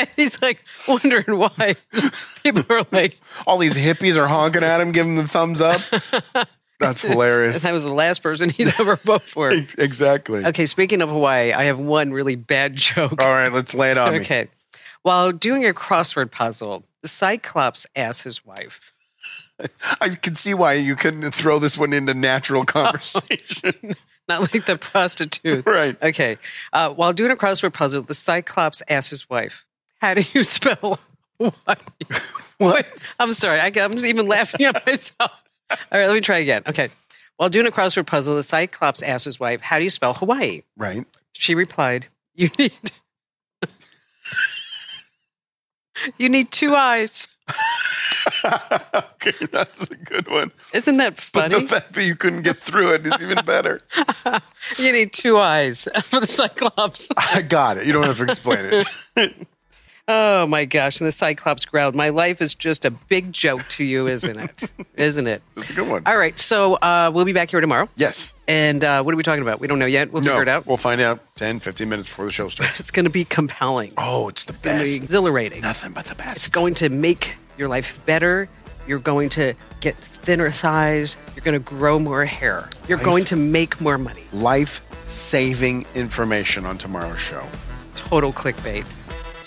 [SPEAKER 2] And he's like wondering why *laughs* people are like.
[SPEAKER 3] All these hippies are honking at him, giving him the thumbs *laughs* up. That's hilarious.
[SPEAKER 2] And I was the last person he'd ever vote for.
[SPEAKER 3] Ex- *laughs* Exactly.
[SPEAKER 2] Okay, speaking of Hawaii, I have one really bad *laughs* joke.
[SPEAKER 3] All right, let's lay it on me.
[SPEAKER 2] Okay. While doing a crossword puzzle, the Cyclops asks his wife,
[SPEAKER 3] I can see why you couldn't throw this one into
[SPEAKER 2] *laughs*
[SPEAKER 3] natural conversation.
[SPEAKER 2] not like the *laughs* prostitute.
[SPEAKER 3] right.
[SPEAKER 2] Okay. Uh, while doing a crossword puzzle, the Cyclops asked his wife, How do you *laughs* spell Hawaii?
[SPEAKER 3] What?
[SPEAKER 2] *laughs* I'm sorry. I, am even laughing at *laughs* myself. All right, let me try again. Okay. While doing a crossword puzzle, the Cyclops asked his wife, How do you spell Hawaii?
[SPEAKER 3] Right.
[SPEAKER 2] She replied, You need. *laughs* You need two eyes.
[SPEAKER 3] okay, *laughs* that's a good one.
[SPEAKER 2] Isn't that *laughs*
[SPEAKER 3] But
[SPEAKER 2] funny?
[SPEAKER 3] the fact that you couldn't get through it is even
[SPEAKER 2] *laughs*
[SPEAKER 3] better.
[SPEAKER 2] you need two eyes *laughs* for the Cyclops.
[SPEAKER 3] I got it. You don't have to explain
[SPEAKER 2] *laughs*
[SPEAKER 3] it.
[SPEAKER 2] Oh my gosh. And the Cyclops growled, My life is just a big joke to you, isn't *laughs* it? isn't it?
[SPEAKER 3] That's a good one.
[SPEAKER 2] All right. So uh, we'll be back here tomorrow.
[SPEAKER 3] Yes.
[SPEAKER 2] And uh, what are we talking about? We don't know yet. We'll figure it out.
[SPEAKER 3] We'll find out 10, 15 minutes before the show starts.
[SPEAKER 2] It's going to be compelling,
[SPEAKER 3] Oh, it's the
[SPEAKER 2] It's gonna be
[SPEAKER 3] best.
[SPEAKER 2] exhilarating.
[SPEAKER 3] Nothing but the
[SPEAKER 2] It's
[SPEAKER 3] best.
[SPEAKER 2] going to make your life better. You're going to get thinner thighs. You're going to grow more hair. You're going to make more money.
[SPEAKER 3] Life saving information on tomorrow's show.
[SPEAKER 2] Total clickbait.